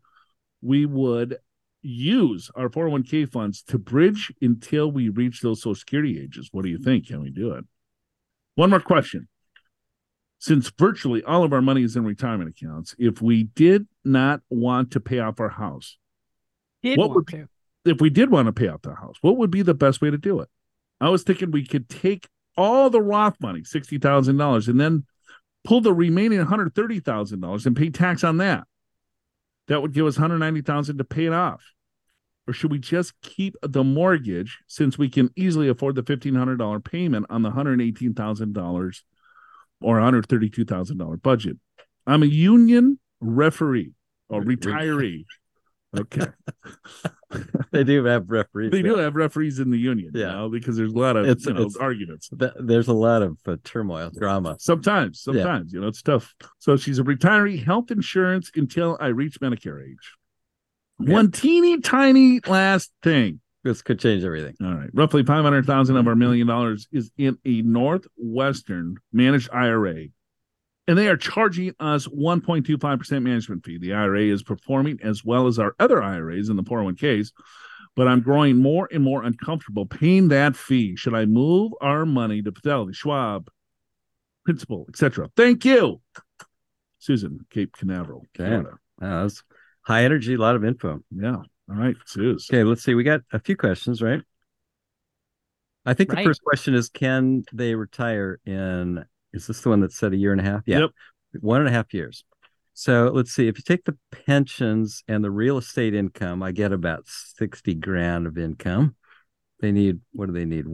Speaker 2: We would use our 401k funds to bridge until we reach those Social Security ages. What do you think? Can we do it? One more question. Since virtually all of our money is in retirement accounts, if we did not want to pay off our house,
Speaker 1: Did
Speaker 2: What
Speaker 1: want
Speaker 2: would-
Speaker 1: to.
Speaker 2: if we did want to pay off the house, what would be the best way to do it? I was thinking we could take all the Roth money, sixty thousand dollars, and then pull the remaining one hundred thirty thousand dollars and pay tax on that. That would give us one hundred ninety thousand to pay it off. Or should we just keep the mortgage since we can easily afford the fifteen hundred dollar payment on the one hundred eighteen thousand dollars or one hundred thirty two thousand dollar budget? I'm a union referee or
Speaker 3: Re- re-
Speaker 2: retiree. Okay
Speaker 3: They do have referees.
Speaker 2: they
Speaker 3: there.
Speaker 2: do have referees in the union, yeah,
Speaker 3: Yeah.
Speaker 2: because there's a lot of
Speaker 3: It's-
Speaker 2: you know,
Speaker 3: it's-
Speaker 2: arguments.
Speaker 3: Th- There's a lot of uh, turmoil, drama.
Speaker 2: Sometimes,
Speaker 3: Yeah.
Speaker 2: sometimes, you know, it's tough. So she's a retiree, health insurance until I reach Medicare age.
Speaker 3: Yeah.
Speaker 2: One teeny tiny last thing.
Speaker 3: This could change everything.
Speaker 2: All right. Roughly 500,000 of our million dollars is in a Northwestern managed IRA. And they are charging us 1.25% management fee. The IRA is performing as well as our other IRAs in the 401ks, but I'm growing more and more uncomfortable paying that fee. Should I move our money to Fidelity, Schwab, Principal, etc.? Thank you. Susan, Cape Canaveral,
Speaker 3: Okay.
Speaker 2: Florida.
Speaker 3: Wow, Uh, that's high energy, a lot of info.
Speaker 2: Yeah. All right, Susan.
Speaker 3: Okay, let's see. We got a few questions, right? I think the
Speaker 1: Right.
Speaker 3: first question is can they retire in is this the one that said a year and a half? Yeah.
Speaker 2: Yep.
Speaker 3: One and a half years. So let's see. If you take the pensions and the real estate income, I get about 60 grand of income. They need what do they need?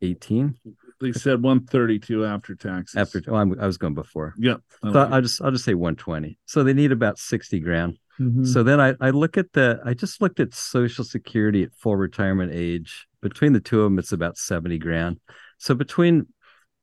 Speaker 3: 118
Speaker 2: They said 132 after taxes.
Speaker 3: after oh, I'm, I was going before.
Speaker 2: Yep. I
Speaker 3: So
Speaker 2: like it.
Speaker 3: I'll just I'll just say 120. So they need about 60 grand.
Speaker 2: Mhm.
Speaker 3: So then I, I look at the I just looked at Social Security at full retirement age. Between the two of them, it's about seventy grand. So between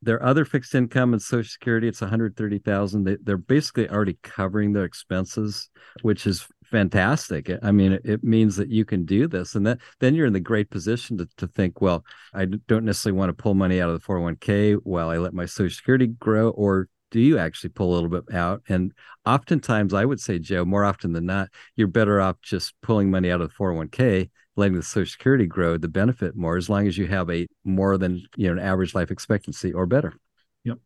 Speaker 3: their other fixed income and Social Security, it's one hundred thirty thousand. They, they're basically already covering their expenses, which is fantastic. I- I mean, it, it means that you can do this, and that then you're in the great position to, to think, well, I d- don't necessarily want to pull money out of the four hundred one k while I let my Social Security grow, or do you actually pull a little bit out and oftentimes i would say joe more often than not you're better off just pulling money out of the 401k letting the social security grow the benefit more as long as you have a more than you know an average life expectancy or better
Speaker 2: Yep.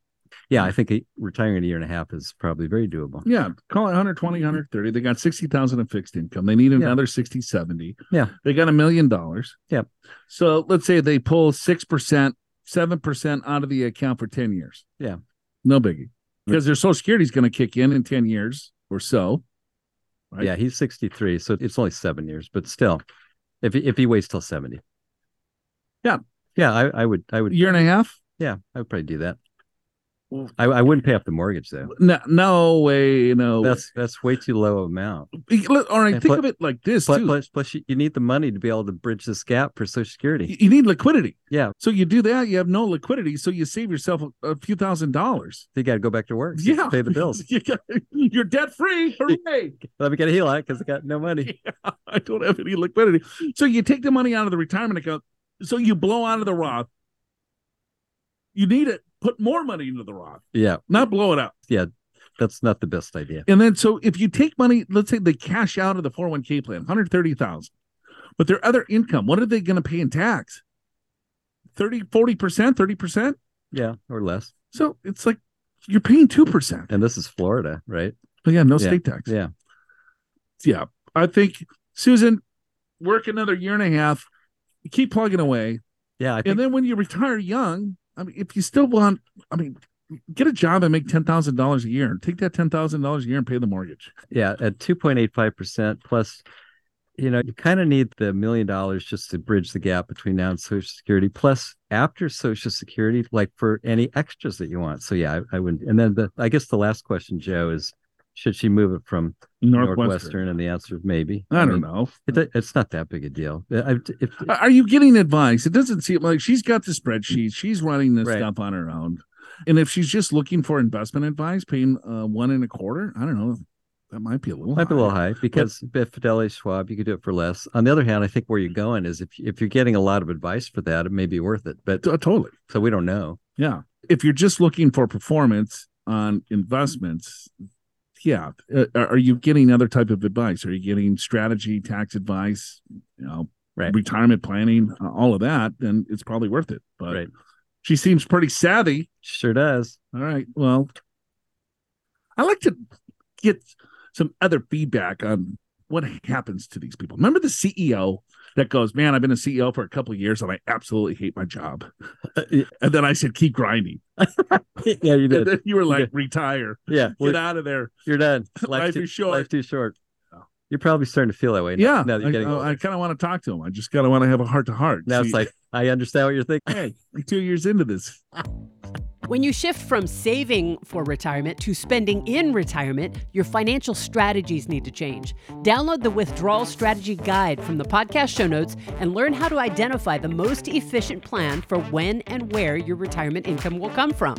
Speaker 3: yeah i think a, retiring in a year and a half is probably very doable
Speaker 2: Yeah, call it 120, 130. They got 60,000 in fixed income. They need
Speaker 3: Yeah.
Speaker 2: another 60, 70.
Speaker 3: Yeah.
Speaker 2: They got a million dollars.
Speaker 3: Yep.
Speaker 2: So let's say they pull 6%, 7% out of the account for 10 years.
Speaker 3: Yeah.
Speaker 2: No biggie. Because their social security is going to kick in in 10 years or so. Right.
Speaker 3: yeah he's 63 so it's only seven years but still if he, if he waits till 70
Speaker 2: Yeah.
Speaker 3: yeah i, I would i would
Speaker 2: Year and a half?
Speaker 3: yeah i would probably do that I, I wouldn't pay off the mortgage though.
Speaker 2: No, no way, no.
Speaker 3: That's that's way too low amount.
Speaker 2: Look, all right.
Speaker 3: And
Speaker 2: Think
Speaker 3: put-
Speaker 2: of it like this
Speaker 3: Plus,
Speaker 2: too.
Speaker 3: plus, plus you, you need the money to be able to bridge this gap for Social
Speaker 2: You
Speaker 3: Security.
Speaker 2: you need liquidity.
Speaker 3: Yeah.
Speaker 2: So you do that, you have no liquidity, so you save yourself a- a few thousand dollars.
Speaker 3: You got to go back to work. so you can
Speaker 2: Yeah,
Speaker 3: pay the bills.
Speaker 2: You got- You're debt free. Hooray!
Speaker 3: Let me get a HELOC because I got no money.
Speaker 2: I don't have any liquidity. So you take the money out of the retirement account. So you blow out of the Roth. You need it. Put more money into the Roth,
Speaker 3: Yeah,
Speaker 2: not blow it out.
Speaker 3: that's not the best idea.
Speaker 2: And then, so if you take money, let's say they cash out of the 401k plan, 130,000, but their other income, what are they going to pay in tax? 30, 40%, 30%.
Speaker 3: Yeah, or less.
Speaker 2: So it's like you're paying 2%.
Speaker 3: And this is Florida, right?
Speaker 2: But Oh, yeah, no
Speaker 3: Yeah,
Speaker 2: state tax.
Speaker 3: yeah.
Speaker 2: Yeah. I think, Susan, work another year and a half, keep plugging away.
Speaker 3: Yeah, I think
Speaker 2: And then when you retire young, I mean, if you still want, I mean, get a job and make ten thousand dollars a year, and take that ten thousand dollars a year and pay the mortgage.
Speaker 3: yeah at 2.85% plus you know you kind of need the million dollars just to bridge the gap between now and social security plus after social security like for any extras that you want so yeah i, I wouldn't and then the i guess the last question joe is should she move it from northwestern, and the answer is maybe
Speaker 2: I don't know.
Speaker 3: it, it's not that big a deal I, if,
Speaker 2: Are you getting advice? It doesn't seem like she's got the spreadsheet. She's running this
Speaker 3: Right.
Speaker 2: stuff on her own. And if she's just looking for investment advice, paying uh, one and a quarter, I don't know. That might be a little.
Speaker 3: Might be a
Speaker 2: high.
Speaker 3: little high because at Fidelity Schwab, you could do it for less. On the other hand, I think where you're going is if if you're getting a lot of advice for that, it may be worth it. But
Speaker 2: T- Uh, totally.
Speaker 3: so we don't know.
Speaker 2: Yeah. If you're just looking for performance on investments, yeah. Uh, are are you getting other type of advice? Are you getting strategy, tax advice, you know,
Speaker 3: Right.
Speaker 2: retirement planning, uh, all of that? Then it's probably worth it. But
Speaker 3: Right.
Speaker 2: she seems pretty savvy.
Speaker 3: Sure does.
Speaker 2: All right. Well, I like to get some other feedback on what happens to these people. Remember the CEO that goes, "Man, I've been a CEO for a couple of years and I absolutely hate my job." And then I said, "Keep grinding."
Speaker 3: yeah, you
Speaker 2: And
Speaker 3: did.
Speaker 2: then you were like, retire,
Speaker 3: Yeah,
Speaker 2: get
Speaker 3: we're-
Speaker 2: out of there.
Speaker 3: you're done.
Speaker 2: Life is short.
Speaker 3: Life too short.
Speaker 2: Yeah.
Speaker 3: You're probably starting to feel that way. Now,
Speaker 2: yeah.
Speaker 3: now that
Speaker 2: I- oh,
Speaker 3: you're getting.
Speaker 2: I,
Speaker 3: older.
Speaker 2: kind of want to talk to him. I just kind of want to have a heart to heart.
Speaker 3: now it's like I understand what you're thinking.
Speaker 2: hey, we're two years into this.
Speaker 1: When you shift from saving for retirement to spending in retirement, your financial strategies need to change. Download the Withdrawal Strategy Guide from the podcast show notes and learn how to identify the most efficient plan for when and where your retirement income will come from,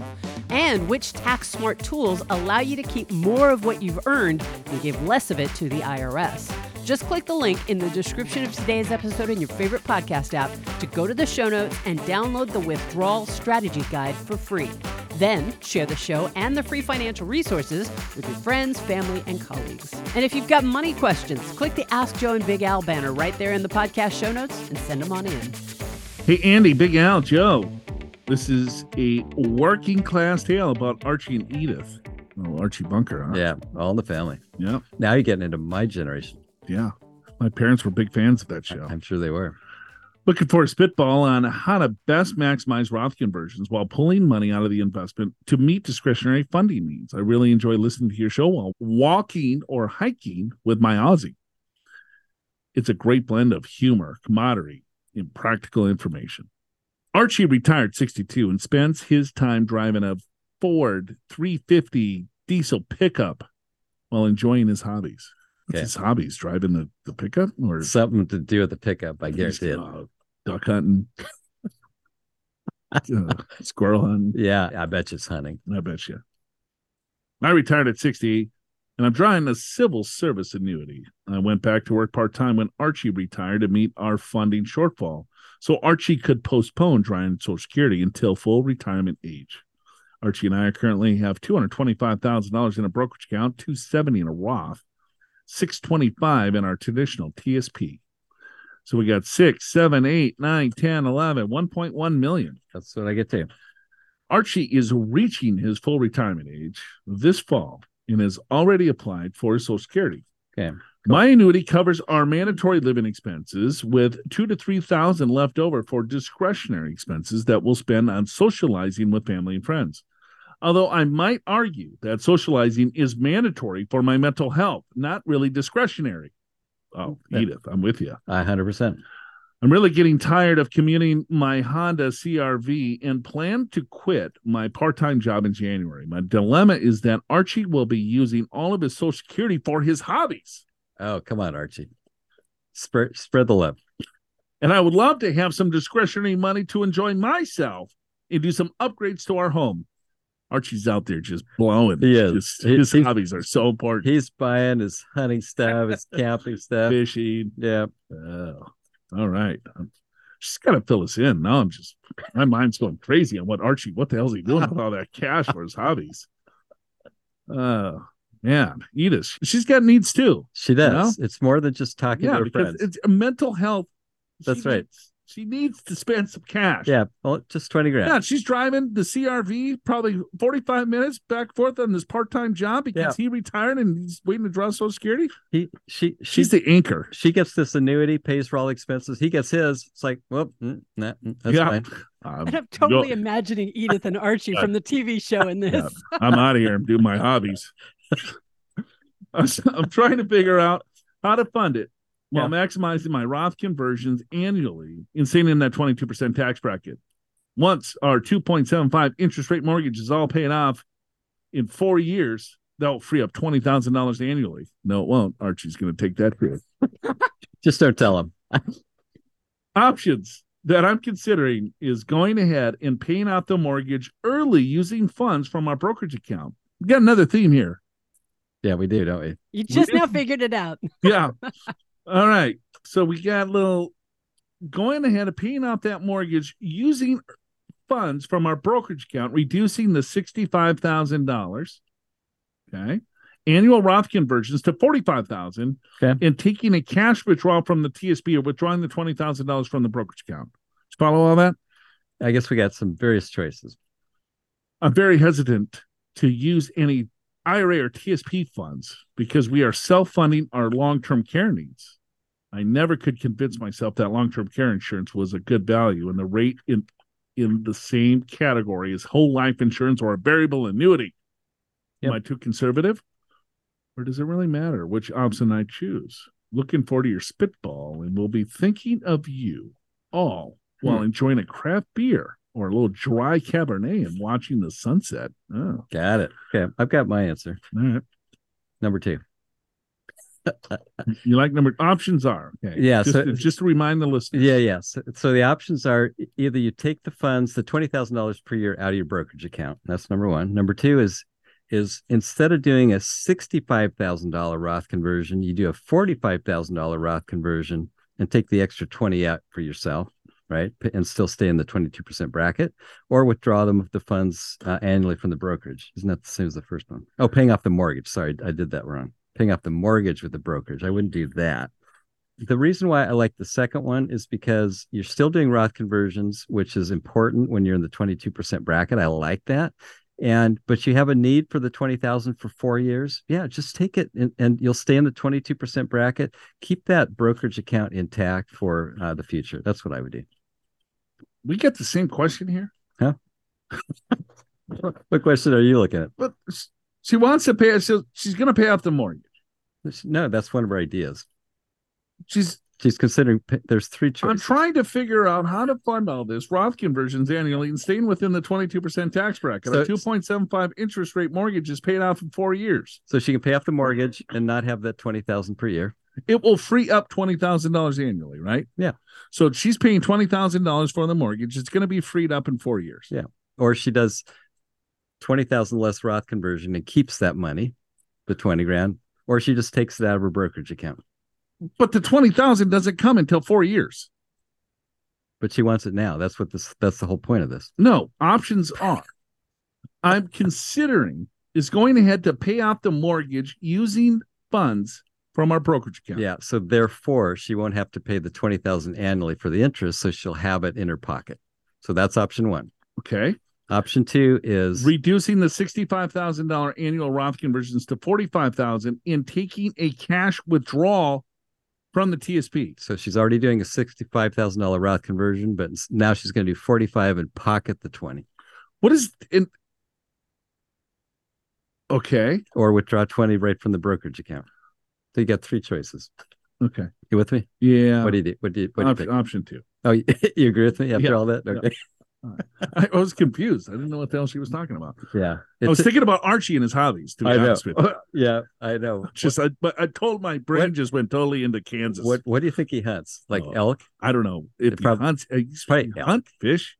Speaker 1: and which tax smart tools allow you to keep more of what you've earned and give less of it to the IRS. Just click the link in the description of today's episode in your favorite podcast app to go to the show notes and download the Withdrawal Strategy Guide for free. Then share the show and the free financial resources with your friends, family, and colleagues. And if you've got money questions, click the Ask Joe and Big Al banner right there in the podcast show notes and send them on in.
Speaker 2: Hey, Andy, Big Al, Joe. This is a working class tale about Archie and Edith. Oh, Archie Bunker, huh?
Speaker 3: Yeah, all in the family.
Speaker 2: Yeah.
Speaker 3: Now you're getting into my generation.
Speaker 2: yeah. My parents were big fans of that show.
Speaker 3: I'm sure they were.
Speaker 2: Looking for a spitball on how to best maximize Roth conversions while pulling money out of the investment to meet discretionary funding needs. I really enjoy listening to your show while walking or hiking with my Aussie. It's a great blend of humor, camaraderie, and practical information. Archie retired 62 and spends his time driving a Ford 350 diesel pickup while enjoying his hobbies. What's
Speaker 3: Okay.
Speaker 2: his hobbies? Driving the, the pickup or
Speaker 3: Something to do with the pickup, I guarantee it.
Speaker 2: uh, duck hunting, uh, squirrel hunting.
Speaker 3: Yeah, I bet you it's hunting.
Speaker 2: I bet you. I retired at 68 and I'm drawing a civil service annuity. I went back to work part time when Archie retired to meet our funding shortfall. So Archie could postpone drawing Social Security until full retirement age. Archie and I currently have $225,000 in a brokerage account, 270 in a Roth, 625 in our traditional TSP. So we got six, seven, eight, nine, 10, 11, 1.1 million.
Speaker 3: That's what I get to.
Speaker 2: Archie is reaching his full retirement age this fall and has already applied for Social Security.
Speaker 3: Okay.
Speaker 2: My annuity covers our mandatory living expenses with two to three thousand left over for discretionary expenses that we'll spend on socializing with family and friends. Although I might argue that socializing is mandatory for my mental health, not really discretionary. Oh,
Speaker 3: Yeah.
Speaker 2: Edith, I'm with you.
Speaker 3: I 100%.
Speaker 2: I'm really getting tired of commuting my Honda CRV and plan to quit my part time job in January. My dilemma is that Archie will be using all of his Social Security for his hobbies.
Speaker 3: Oh, come on, Archie. Spread, spread the love.
Speaker 2: And I would love to have some discretionary money to enjoy myself and do some upgrades to our home. Archie's out there just blowing.
Speaker 3: He is.
Speaker 2: Just-
Speaker 3: He-
Speaker 2: his
Speaker 3: he's-
Speaker 2: hobbies are so important.
Speaker 3: He's buying his hunting stuff, his camping stuff.
Speaker 2: Fishing.
Speaker 3: Yeah.
Speaker 2: Oh, all right. Um, She's got to fill us in. Now I'm just, my mind's going crazy on what Archie, what the hell's he doing with all that cash for his hobbies? Oh, man. Edith, she's got needs too.
Speaker 3: She does. It's more than just talking
Speaker 2: Yeah,
Speaker 3: to her
Speaker 2: because
Speaker 3: friends.
Speaker 2: it's mental health.
Speaker 3: That's
Speaker 2: she
Speaker 3: right.
Speaker 2: Needs, she needs to spend some cash.
Speaker 3: Yeah. Well, just 20 grand.
Speaker 2: Yeah, she's driving the CRV probably 45 minutes back and forth on this part time job because he retired and he's waiting to draw Social Security.
Speaker 3: He, she, she,
Speaker 2: She's the anchor.
Speaker 3: she gets this annuity, pays for all expenses. He gets his. It's like, well, mm, nah, mm, that's
Speaker 2: Yeah.
Speaker 3: fine.
Speaker 2: Um,
Speaker 1: And I'm totally
Speaker 2: go-
Speaker 1: imagining Edith and Archie from the TV show in this.
Speaker 2: Yeah. I'm out of here. I'm doing my hobbies. I'm I'm trying to figure out how to fund it while maximizing my Roth conversions annually and staying in that 22% tax bracket. Once our 2.75 interest rate mortgage is all paid off in four years, that'll free up $20,000 annually. No, it won't. Archie's going to take that trip.
Speaker 3: Just don't tell him.
Speaker 2: Options that I'm considering is going ahead and paying off the mortgage early using funds from our brokerage account. We got another theme here.
Speaker 3: Yeah, we do, don't we?
Speaker 1: You just now
Speaker 2: Really?
Speaker 1: figured it out.
Speaker 2: yeah. All right. So we got a little going ahead of paying off that mortgage using funds from our brokerage account, reducing the sixty-five thousand dollars. Okay. Annual Roth conversions to forty-five thousand,
Speaker 3: Okay.
Speaker 2: and taking a cash withdrawal from the TSB or withdrawing the twenty thousand dollars from the brokerage account. Did you follow all that?
Speaker 3: I guess we got some various choices.
Speaker 2: I'm very hesitant to use any IRA or TSP funds because we are self funding our long term care needs. I never could convince myself that long term care insurance was a good value and the rate in in the same category as whole life insurance or a variable annuity. Am
Speaker 3: Yep.
Speaker 2: I too conservative? Or does it really matter which option I choose? Looking forward to your spitball and we'll be thinking of you all while
Speaker 3: Hmm.
Speaker 2: enjoying a craft beer or a little dry Cabernet and watching the sunset. Oh,
Speaker 3: Got it. Okay. I've got my answer.
Speaker 2: all right.
Speaker 3: Number two.
Speaker 2: You like number options are okay.
Speaker 3: Yeah,
Speaker 2: Just,
Speaker 3: so-
Speaker 2: just to remind the listeners.
Speaker 3: Yeah, yeah. So, so the options are e- either you take the funds, the twenty thousand dollars per year, out of your brokerage account. That's number one. Number two is is instead of doing a sixty-five thousand dollar Roth conversion, you do a forty-five thousand dollar Roth conversion and take the extra twenty out for yourself, right? P- And still stay in the twenty-two percent bracket, or withdraw them of the funds uh, annually from the brokerage. Isn't that the same as the first one? Oh, paying off the mortgage. Sorry, I did that wrong. Paying off the mortgage with the brokerage. I wouldn't do that the reason why I like the second one is because you're still doing Roth conversions, which is important when you're in the 22% bracket. I like that. And but you have a need for the 20,000 for 4 years. Yeah, just take it and, and you'll stay in the 22% bracket. Keep that brokerage account intact for uh, the future. That's what I would do.
Speaker 2: We get the same question here.
Speaker 3: What, what question are you looking at?
Speaker 2: But s- she wants to pay so she's gonna pay off the mortgage.
Speaker 3: No, that's one of her ideas.
Speaker 2: She's
Speaker 3: She's considering p- there's three choices.
Speaker 2: I'm trying to figure out how to fund all this Roth conversions annually and staying within the 22% tax bracket. Our
Speaker 3: So-
Speaker 2: 2.75 interest rate mortgage is paid off in four years.
Speaker 3: so she can pay off the mortgage and not have that 20,000 per year.
Speaker 2: It will free up $20,000 annually, right?
Speaker 3: Yeah.
Speaker 2: So she's paying $20,000 for the mortgage. It's going to be freed up in four years.
Speaker 3: Yeah. or she does 20,000 less Roth conversion and keeps that money, the 20 grand, or she just takes it out of her brokerage account,
Speaker 2: But the 20,000 doesn't come until four years.
Speaker 3: but she wants it now. That's what this, that's the whole point of this.
Speaker 2: No, options are. I'm considering is going ahead to pay off the mortgage using funds from our brokerage
Speaker 3: Yeah.
Speaker 2: account.
Speaker 3: So therefore she won't have to pay the 20,000 annually for the interest. So she'll have it in her pocket. So that's option one.
Speaker 2: Okay.
Speaker 3: Option two is
Speaker 2: reducing the $65,000 annual Roth conversions to 45,000 and taking a cash withdrawal from the TSP.
Speaker 3: so she's already doing a $65,000 Roth conversion, but s- now she's going to do 45 and pocket the 20
Speaker 2: What is in Okay,
Speaker 3: or withdraw 20 right from the brokerage account. So you got three choices.
Speaker 2: okay.
Speaker 3: You with me?
Speaker 2: Yeah.
Speaker 3: What do you do? What do you, what do you
Speaker 2: Op-
Speaker 3: think?
Speaker 2: option two.
Speaker 3: Oh, you, you agree with me after
Speaker 2: Yeah.
Speaker 3: all that?
Speaker 2: Yeah.
Speaker 3: Okay.
Speaker 2: I was confused. I didn't know what the hell she was talking about.
Speaker 3: Yeah.
Speaker 2: I was
Speaker 3: It's-
Speaker 2: thinking about Archie and his hobbies, to be
Speaker 3: I know.
Speaker 2: honest with you.
Speaker 3: yeah, I know.
Speaker 2: Just, I, but I told my brain
Speaker 3: What-
Speaker 2: just went totally into Kansas.
Speaker 3: What what do you think he hunts? Like
Speaker 2: Oh.
Speaker 3: elk?
Speaker 2: I don't know. If
Speaker 3: It
Speaker 2: he
Speaker 3: prob-
Speaker 2: hunts, uh, he's-
Speaker 3: probably
Speaker 2: he
Speaker 3: elk.
Speaker 2: hunt fish,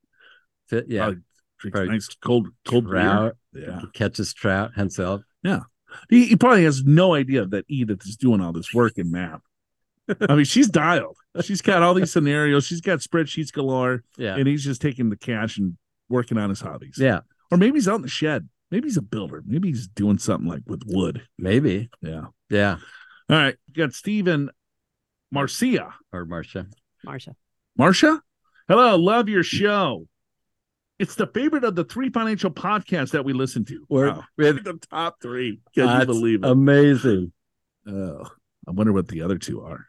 Speaker 3: Fi- Yeah.
Speaker 2: Probably drinks
Speaker 3: Probably
Speaker 2: nice cold, cold beer.
Speaker 3: trout,
Speaker 2: Yeah.
Speaker 3: catches trout, hunts elk.
Speaker 2: He, he probably has no idea that Edith is doing all this work in math. I mean, she's dialed. She's got all these scenarios. She's got spreadsheets galore,
Speaker 3: Yeah.
Speaker 2: and he's just taking the cash and working on his hobbies.
Speaker 3: yeah.
Speaker 2: Or maybe he's out in the shed. Maybe he's a builder. Maybe he's doing something like with wood.
Speaker 3: Maybe.
Speaker 2: Yeah. All
Speaker 3: Yeah.
Speaker 2: right. We got Steven Marcia.
Speaker 3: Or Marcia.
Speaker 1: Marsha.
Speaker 2: Marcia? Hello. Love your show. It's the favorite of the three financial podcasts that we listen to.
Speaker 3: Or
Speaker 2: Wow.
Speaker 3: with
Speaker 2: The top three. Can you
Speaker 3: That's
Speaker 2: believe it?
Speaker 3: amazing.
Speaker 2: oh, I wonder what the other two are.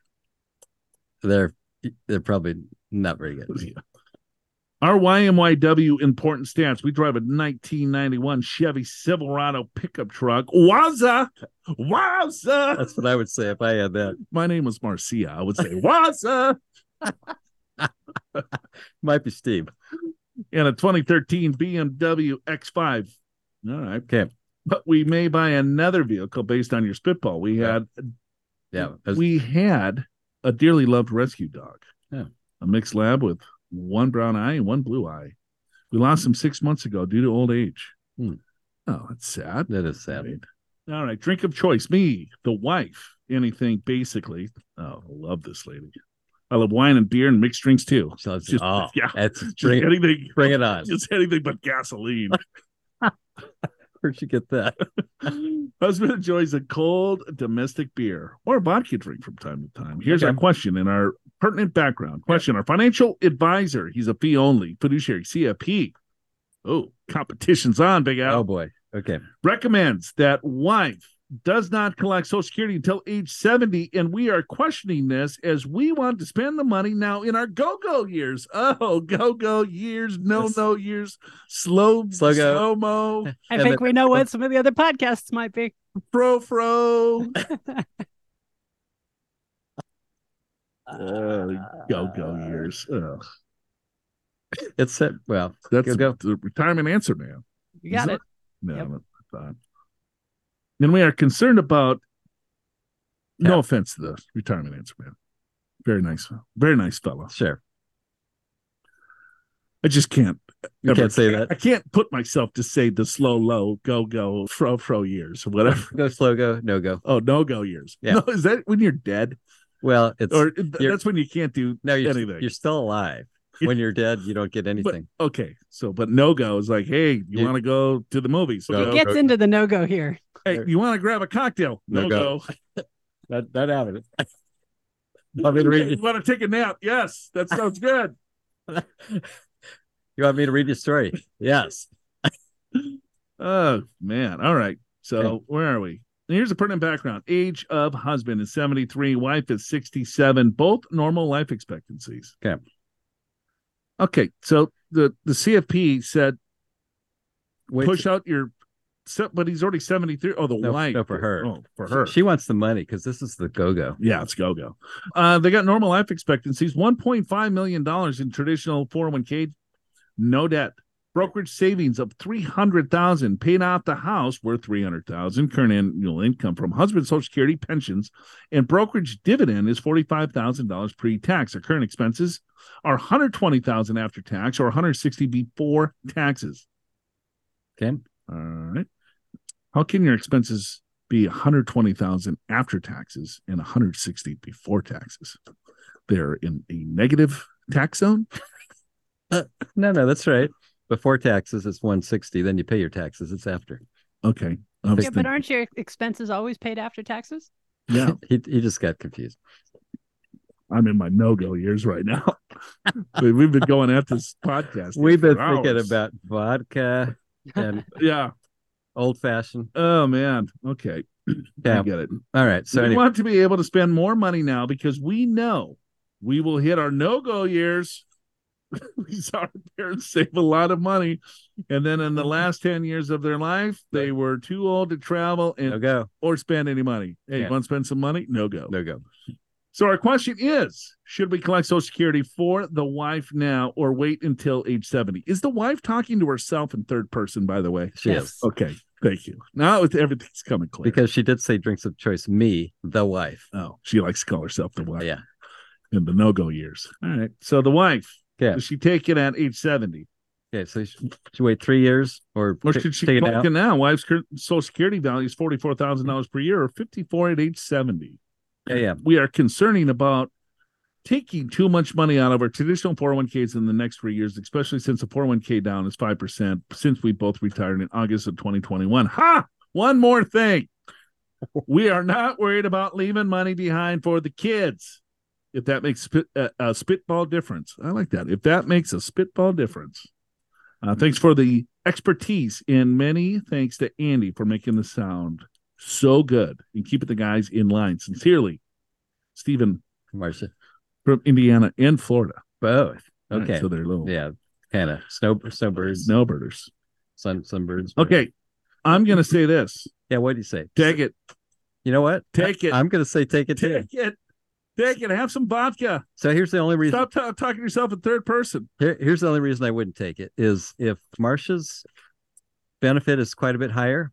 Speaker 3: They're they're probably not very good.
Speaker 2: Our YMYW important stats. We drive a 1991 Chevy Silverado pickup truck. Waza! Waza!
Speaker 3: That's what I would say if I had that.
Speaker 2: My name was Marcia. I would say Waza!
Speaker 3: Might be Steve.
Speaker 2: And a 2013 BMW X5. All right.
Speaker 3: Okay.
Speaker 2: But we may buy another vehicle based on your spitball. We
Speaker 3: Yeah.
Speaker 2: had
Speaker 3: Yeah. that's-
Speaker 2: we had a dearly loved rescue dog.
Speaker 3: Yeah.
Speaker 2: A mixed lab with one brown eye and one blue eye. We lost him six months ago due to old age.
Speaker 3: Hmm.
Speaker 2: Oh, that's sad.
Speaker 3: that is sad.
Speaker 2: Right. All right. Drink of choice. Me, the wife, anything basically. Oh, I love this lady. I love wine and beer and mixed drinks too.
Speaker 3: So it's-
Speaker 2: Just-
Speaker 3: oh,
Speaker 2: yeah.
Speaker 3: that's
Speaker 2: Just
Speaker 3: bring, it,
Speaker 2: anything
Speaker 3: bring it on.
Speaker 2: just anything but gasoline.
Speaker 3: Where'd you get that?
Speaker 2: Husband enjoys a cold domestic beer or a vodka drink from time to time. Here's our
Speaker 3: Okay.
Speaker 2: question and our pertinent background. Question Our financial advisor, he's a fee only fiduciary CFP. Oh, competition's on, Big Al.
Speaker 3: Oh boy. Okay.
Speaker 2: Recommends that wife does not collect Social Security until age 70. And we are questioning this as we want to spend the money now in our go go years. Oh, go go years, no
Speaker 3: Yes.
Speaker 2: no years, slow,
Speaker 3: Slow go.
Speaker 2: slow mo,
Speaker 1: I
Speaker 3: And
Speaker 1: think
Speaker 3: the-
Speaker 1: we know what some of the other podcasts might be.
Speaker 2: fro fro.
Speaker 3: Uh,
Speaker 2: go go years. Ugh.
Speaker 3: It's it. Well,
Speaker 2: That's
Speaker 3: go.
Speaker 2: The, the retirement answer, man.
Speaker 1: You got it.
Speaker 2: No,
Speaker 1: Yep.
Speaker 2: that's what I thought. And we are concerned about. No
Speaker 3: Yeah.
Speaker 2: offense to the retirement answer, man. Very nice, very nice fellow.
Speaker 3: sure.
Speaker 2: I just can't.
Speaker 3: You
Speaker 2: ever-
Speaker 3: can't say
Speaker 2: I
Speaker 3: that.
Speaker 2: can't put myself to say the slow, low, go, go, fro, fro years or whatever.
Speaker 3: Go slow, go, no go.
Speaker 2: Oh, no go years.
Speaker 3: Yeah.
Speaker 2: No, is that when you're dead,
Speaker 3: Well, it's
Speaker 2: or th-
Speaker 3: you're-
Speaker 2: that's when you can't do
Speaker 3: no, you're,
Speaker 2: anything.
Speaker 3: you're still alive. When you're dead, you don't get anything.
Speaker 2: okay? So, but no go is like, hey, you
Speaker 3: You-
Speaker 2: want to go to the movies?
Speaker 3: Go.
Speaker 1: It gets
Speaker 3: Okay.
Speaker 1: into the no go here.
Speaker 2: Hey, you want to grab a cocktail?
Speaker 3: No
Speaker 2: No
Speaker 3: go.
Speaker 2: go.
Speaker 3: Not, not having it. want me to read
Speaker 2: You
Speaker 3: you,
Speaker 2: want to take a nap? Yes, that sounds good.
Speaker 3: you want me to read your story? Yes.
Speaker 2: oh man! All right. So
Speaker 3: Yeah.
Speaker 2: where are we? Here's a pertinent background. Age of husband is 73, wife is 67, both normal life expectancies.
Speaker 3: Okay.
Speaker 2: Okay. So the, the CFP said
Speaker 3: Wait,
Speaker 2: push out your se- but he's already 73. Oh, the
Speaker 3: No,
Speaker 2: wife.
Speaker 3: no, for her.
Speaker 2: Oh, for her.
Speaker 3: She wants the money because this is the go go.
Speaker 2: Yeah, it's go go. Uh, they got normal life expectancies, one point five million dollars in traditional four hundred one k, no debt, brokerage savings of three hundred thousand, paid off the house worth three hundred thousand, current annual income from husband's social security pensions, and brokerage dividend is forty five thousand dollars pre tax. Our current expenses are one hundred twenty thousand after tax, or one hundred sixty before taxes.
Speaker 3: Okay.
Speaker 2: All right. How can your expenses be 120,000 after taxes and 160 before taxes? They're in a negative tax zone.
Speaker 3: No, no, that's right. Before taxes, it's 160. Then you pay your taxes. It's after.
Speaker 2: Okay. I was
Speaker 1: Yeah, but
Speaker 2: thinking-
Speaker 1: aren't your expenses always paid after taxes?
Speaker 2: yeah,
Speaker 3: He, he just got confused.
Speaker 2: I'm in my no-go years right now. We- We've been going at this podcast. here
Speaker 3: We've been
Speaker 2: for
Speaker 3: thinking
Speaker 2: hours.
Speaker 3: about vodka and
Speaker 2: Yeah.
Speaker 3: old fashioned.
Speaker 2: Oh man. Okay. I
Speaker 3: Yeah.
Speaker 2: get it.
Speaker 3: All right. So,
Speaker 2: we
Speaker 3: anyway,
Speaker 2: want to be able to spend more money now because we know we will hit our no-go years. we saw our parents save a lot of money, and then in the last ten years of their life, they were too old to travel and
Speaker 3: no go.
Speaker 2: or spend any money. Hey,
Speaker 3: Yeah.
Speaker 2: you want to spend some money? No go.
Speaker 3: No go.
Speaker 2: So our question is, should we collect social security for the wife now or wait until age 70? Is the wife talking to herself in third person by the way?
Speaker 3: She
Speaker 1: Yes.
Speaker 3: is.
Speaker 2: Okay, thank you. Now it's- everything's coming clear.
Speaker 3: Because she did say drinks of choice, me, the wife.
Speaker 2: oh, she likes to call herself the wife
Speaker 3: Yeah.
Speaker 2: in the no-go years. All right. So the wife,
Speaker 3: Yeah.
Speaker 2: does she take it at age 70?
Speaker 3: Okay. So she, she wait three years or,
Speaker 2: Or
Speaker 3: t-
Speaker 2: should she
Speaker 3: take it
Speaker 2: collect
Speaker 3: out?
Speaker 2: it now? Wife's cur- social security value is $44,000 per year or 54 at age 70.
Speaker 3: Yeah. Yeah.
Speaker 2: we are concerning about taking too much money out of our traditional 401ks in the next three years, especially since the 401k down is 5% since we both retired in August of 2021. Ha! One more thing. We are not worried about leaving money behind for the kids. If that makes spit, uh, a spitball difference, I like that. If that makes a spitball difference, uh, thanks for the expertise and many thanks to Andy for making the sound so good and keeping the guys in line. Sincerely, Stephen
Speaker 3: Marcia.
Speaker 2: from Indiana and Florida.
Speaker 3: Both.
Speaker 2: All right,
Speaker 3: Okay.
Speaker 2: so they're little
Speaker 3: yeah. Kind of snow, snowbirds,
Speaker 2: snowbirders.
Speaker 3: sun, sunbirds.
Speaker 2: Okay. I'm going to say this.
Speaker 3: Yeah. What do you say?
Speaker 2: Take it.
Speaker 3: You know what?
Speaker 2: Take it.
Speaker 3: I'm going to say take it too.
Speaker 2: Take it. Take it. Have some vodka.
Speaker 3: So here's the only reason.
Speaker 2: Stop ta- talking to yourself in third person.
Speaker 3: Here, here's the only reason I wouldn't take it is if Marsha's benefit is quite a bit higher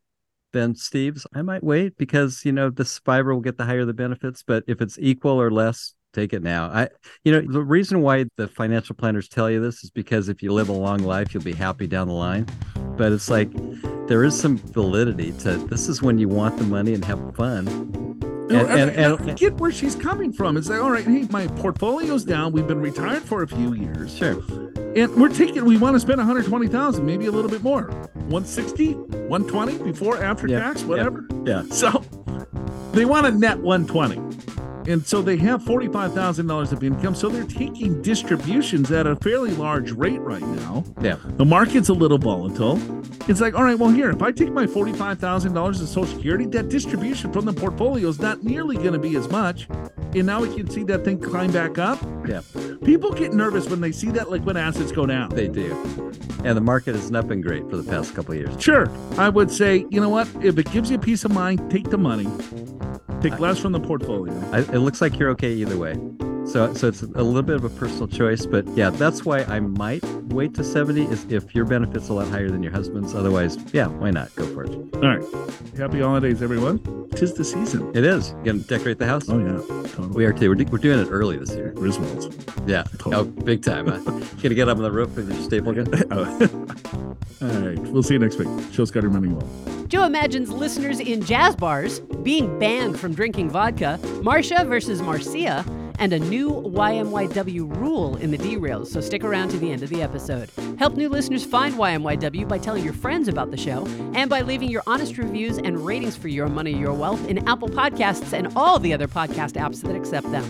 Speaker 3: than Steve's, I might wait because you know the survivor will get the higher the benefits. But if it's equal or less, take it now. I, you know, the reason why the financial planners tell you this is because if you live a long life, you'll be happy down the line. But it's like there is some validity to this is when you want the money and have fun. And-
Speaker 2: I- I-
Speaker 3: and-
Speaker 2: I
Speaker 3: and-
Speaker 2: get where she's coming from. It's like, all right, hey, my portfolio's down. We've been retired for a few years.
Speaker 3: Sure.
Speaker 2: And we're taking, we want to spend 120000 maybe a little bit more. 160 120 before, after
Speaker 3: Yeah,
Speaker 2: tax,
Speaker 3: yeah.
Speaker 2: whatever.
Speaker 3: Yeah.
Speaker 2: So they want to net 120. And so they have $45,000 of income. So they're taking distributions at a fairly large rate right now.
Speaker 3: Yeah.
Speaker 2: The market's a little volatile. It's like, all right, well, here, if I take my $45,000 in Social Security, that distribution from the portfolio is not nearly going to be as much. And now we can see that thing climb back up.
Speaker 3: Yeah.
Speaker 2: People get nervous when they see that liquid assets go down.
Speaker 3: They do. And the market has not been great for the past couple of years.
Speaker 2: Sure. I would say, you know what? If it gives you peace of mind, take the money. Take less from the portfolio.
Speaker 3: I, it looks like you're okay either way. So, so it's a little bit of a personal choice, but yeah, that's why I might wait to 70 is if your benefit's a lot higher than your husband's. Otherwise, yeah, why not? Go for it.
Speaker 2: All right. Happy holidays, everyone. Tis the season.
Speaker 3: It is. You gonna decorate the house?
Speaker 2: Oh, yeah. Totally.
Speaker 3: We are too. We're, do- we're doing it early this year.
Speaker 2: Griswolds.
Speaker 3: Yeah.
Speaker 2: Totally.
Speaker 3: Oh, big time. Huh? gonna get up on the roof with your staple gun.
Speaker 2: All right. We'll see you next week. Show Scudder Money Well.
Speaker 1: Joe imagines listeners in jazz bars being banned from drinking vodka, Marcia versus Marcia, and a new YMYW rule in the derails. So stick around to the end of the episode. Help new listeners find YMYW by telling your friends about the show and by leaving your honest reviews and ratings for Your Money, Your Wealth in Apple Podcasts and all the other podcast apps that accept them.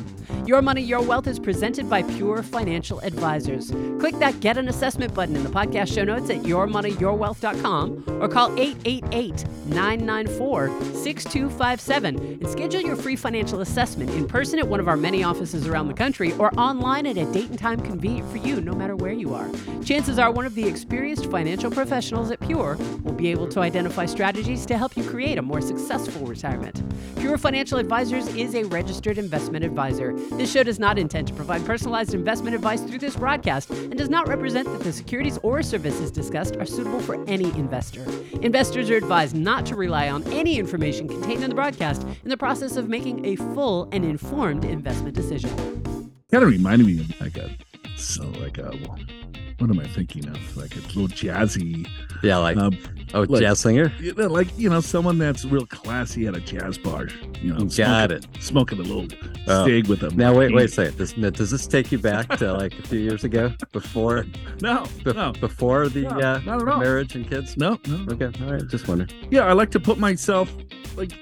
Speaker 1: Your Money, Your Wealth is presented by Pure Financial Advisors. Click that Get an Assessment button in the podcast show notes at yourmoneyyourwealth.com or call 888 994 6257 and schedule your free financial assessment in person at one of our many offices around the country or online at a date and time convenient for you, no matter where you are. Chances are one of the experienced financial professionals at Pure will be able to identify strategies to help you create a more successful retirement. Pure Financial Advisors is a registered investment advisor. This show does not intend to provide personalized investment advice through this broadcast and does not represent that the securities or services discussed are suitable for any investor. Investors are advised not to rely on any information contained in the broadcast in the process of making a full and informed investment decision.
Speaker 2: Kind of reminded me of like a, so like a, what am I thinking of? Like a little jazzy,
Speaker 3: Yeah, like
Speaker 2: um,
Speaker 3: oh,
Speaker 2: look.
Speaker 3: jazz singer.
Speaker 2: you know, like, you know, someone that's real classy at a jazz bar. You know,
Speaker 3: Got
Speaker 2: smoking, it. Smoking a little
Speaker 3: Oh.
Speaker 2: stig with them.
Speaker 3: Now wait, wait a second. This, now, does this take you back to like a few years ago, before,
Speaker 2: No,
Speaker 3: be-
Speaker 2: no,
Speaker 3: before the
Speaker 2: No,
Speaker 3: uh,
Speaker 2: not at all.
Speaker 3: marriage and kids?
Speaker 2: no, no.
Speaker 3: Okay, all right. Just wondering.
Speaker 2: Yeah, I like to put myself like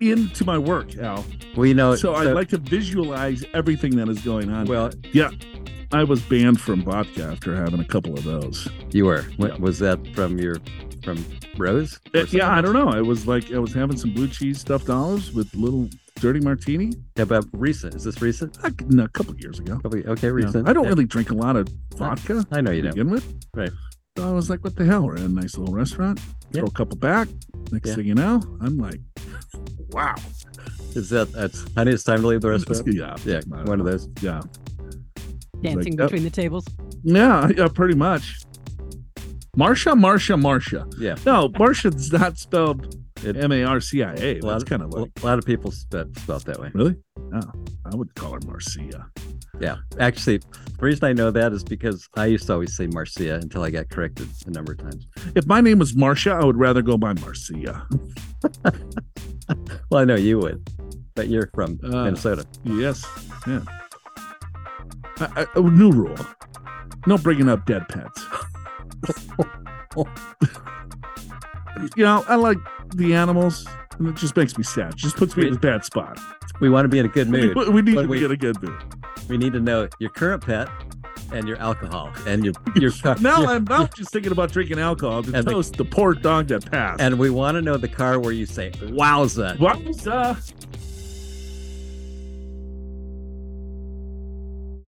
Speaker 2: into my work, Al.
Speaker 3: Well, you know,
Speaker 2: so I like to visualize everything that is going on.
Speaker 3: Uh, Well,
Speaker 2: I was banned from vodka after having a couple of those.
Speaker 3: You were. What,
Speaker 2: Yeah.
Speaker 3: Was that from your from Rose? or
Speaker 2: Uh, yeah, I
Speaker 3: something?
Speaker 2: don't know. I was like, I was having some blue cheese stuffed olives with little dirty martini
Speaker 3: Yeah, but recent. Is this recent?
Speaker 2: a, no, a couple years ago.
Speaker 3: Probably okay.
Speaker 2: Yeah.
Speaker 3: Recent.
Speaker 2: I don't
Speaker 3: Yeah.
Speaker 2: really drink a lot of vodka
Speaker 3: I know
Speaker 2: to
Speaker 3: you don't.
Speaker 2: begin with.
Speaker 3: Right.
Speaker 2: So I was like, what the hell? We're at a nice little restaurant.
Speaker 3: Yeah.
Speaker 2: Throw a couple back. Next
Speaker 3: Yeah.
Speaker 2: thing you know, I'm like, wow.
Speaker 3: Is that that's honey? It's time to leave the restaurant.
Speaker 2: yeah,
Speaker 3: Yeah, one of those.
Speaker 2: yeah,
Speaker 1: Dancing
Speaker 2: like, oh.
Speaker 1: between the tables.
Speaker 2: yeah, yeah, pretty much. Marsha, Marsha, Marsha.
Speaker 3: Yeah.
Speaker 2: No, Marsha's not spelled
Speaker 3: It-
Speaker 2: M A R C I A.
Speaker 3: lot
Speaker 2: That's
Speaker 3: of-
Speaker 2: kind of like
Speaker 3: A lot of people spell spell it that way.
Speaker 2: really. Oh, I would call her Marcia.
Speaker 3: Yeah, actually, the reason I know that is because I used to always say Marcia until I got corrected a number of times.
Speaker 2: If my name was Marcia, I would rather go by Marcia.
Speaker 3: Well, I know you would, but you're from
Speaker 2: Uh,
Speaker 3: Minnesota.
Speaker 2: Yes. Yeah. I, I, new rule: no bringing up dead pets. you know, I like the animals, and it just makes me sad. It just puts me in a bad spot.
Speaker 3: We want to be in a good
Speaker 2: We,
Speaker 3: mood.
Speaker 2: we need
Speaker 3: but
Speaker 2: to
Speaker 3: we-
Speaker 2: get a good mood.
Speaker 3: We need to know your current pet and your alcohol and your your car.
Speaker 2: Now
Speaker 3: your-
Speaker 2: I'm not just thinking about drinking alcohol to
Speaker 3: And the-
Speaker 2: toast the poor dog that passed.
Speaker 3: and we want to know the car where you say "Wowza."
Speaker 2: Wowza!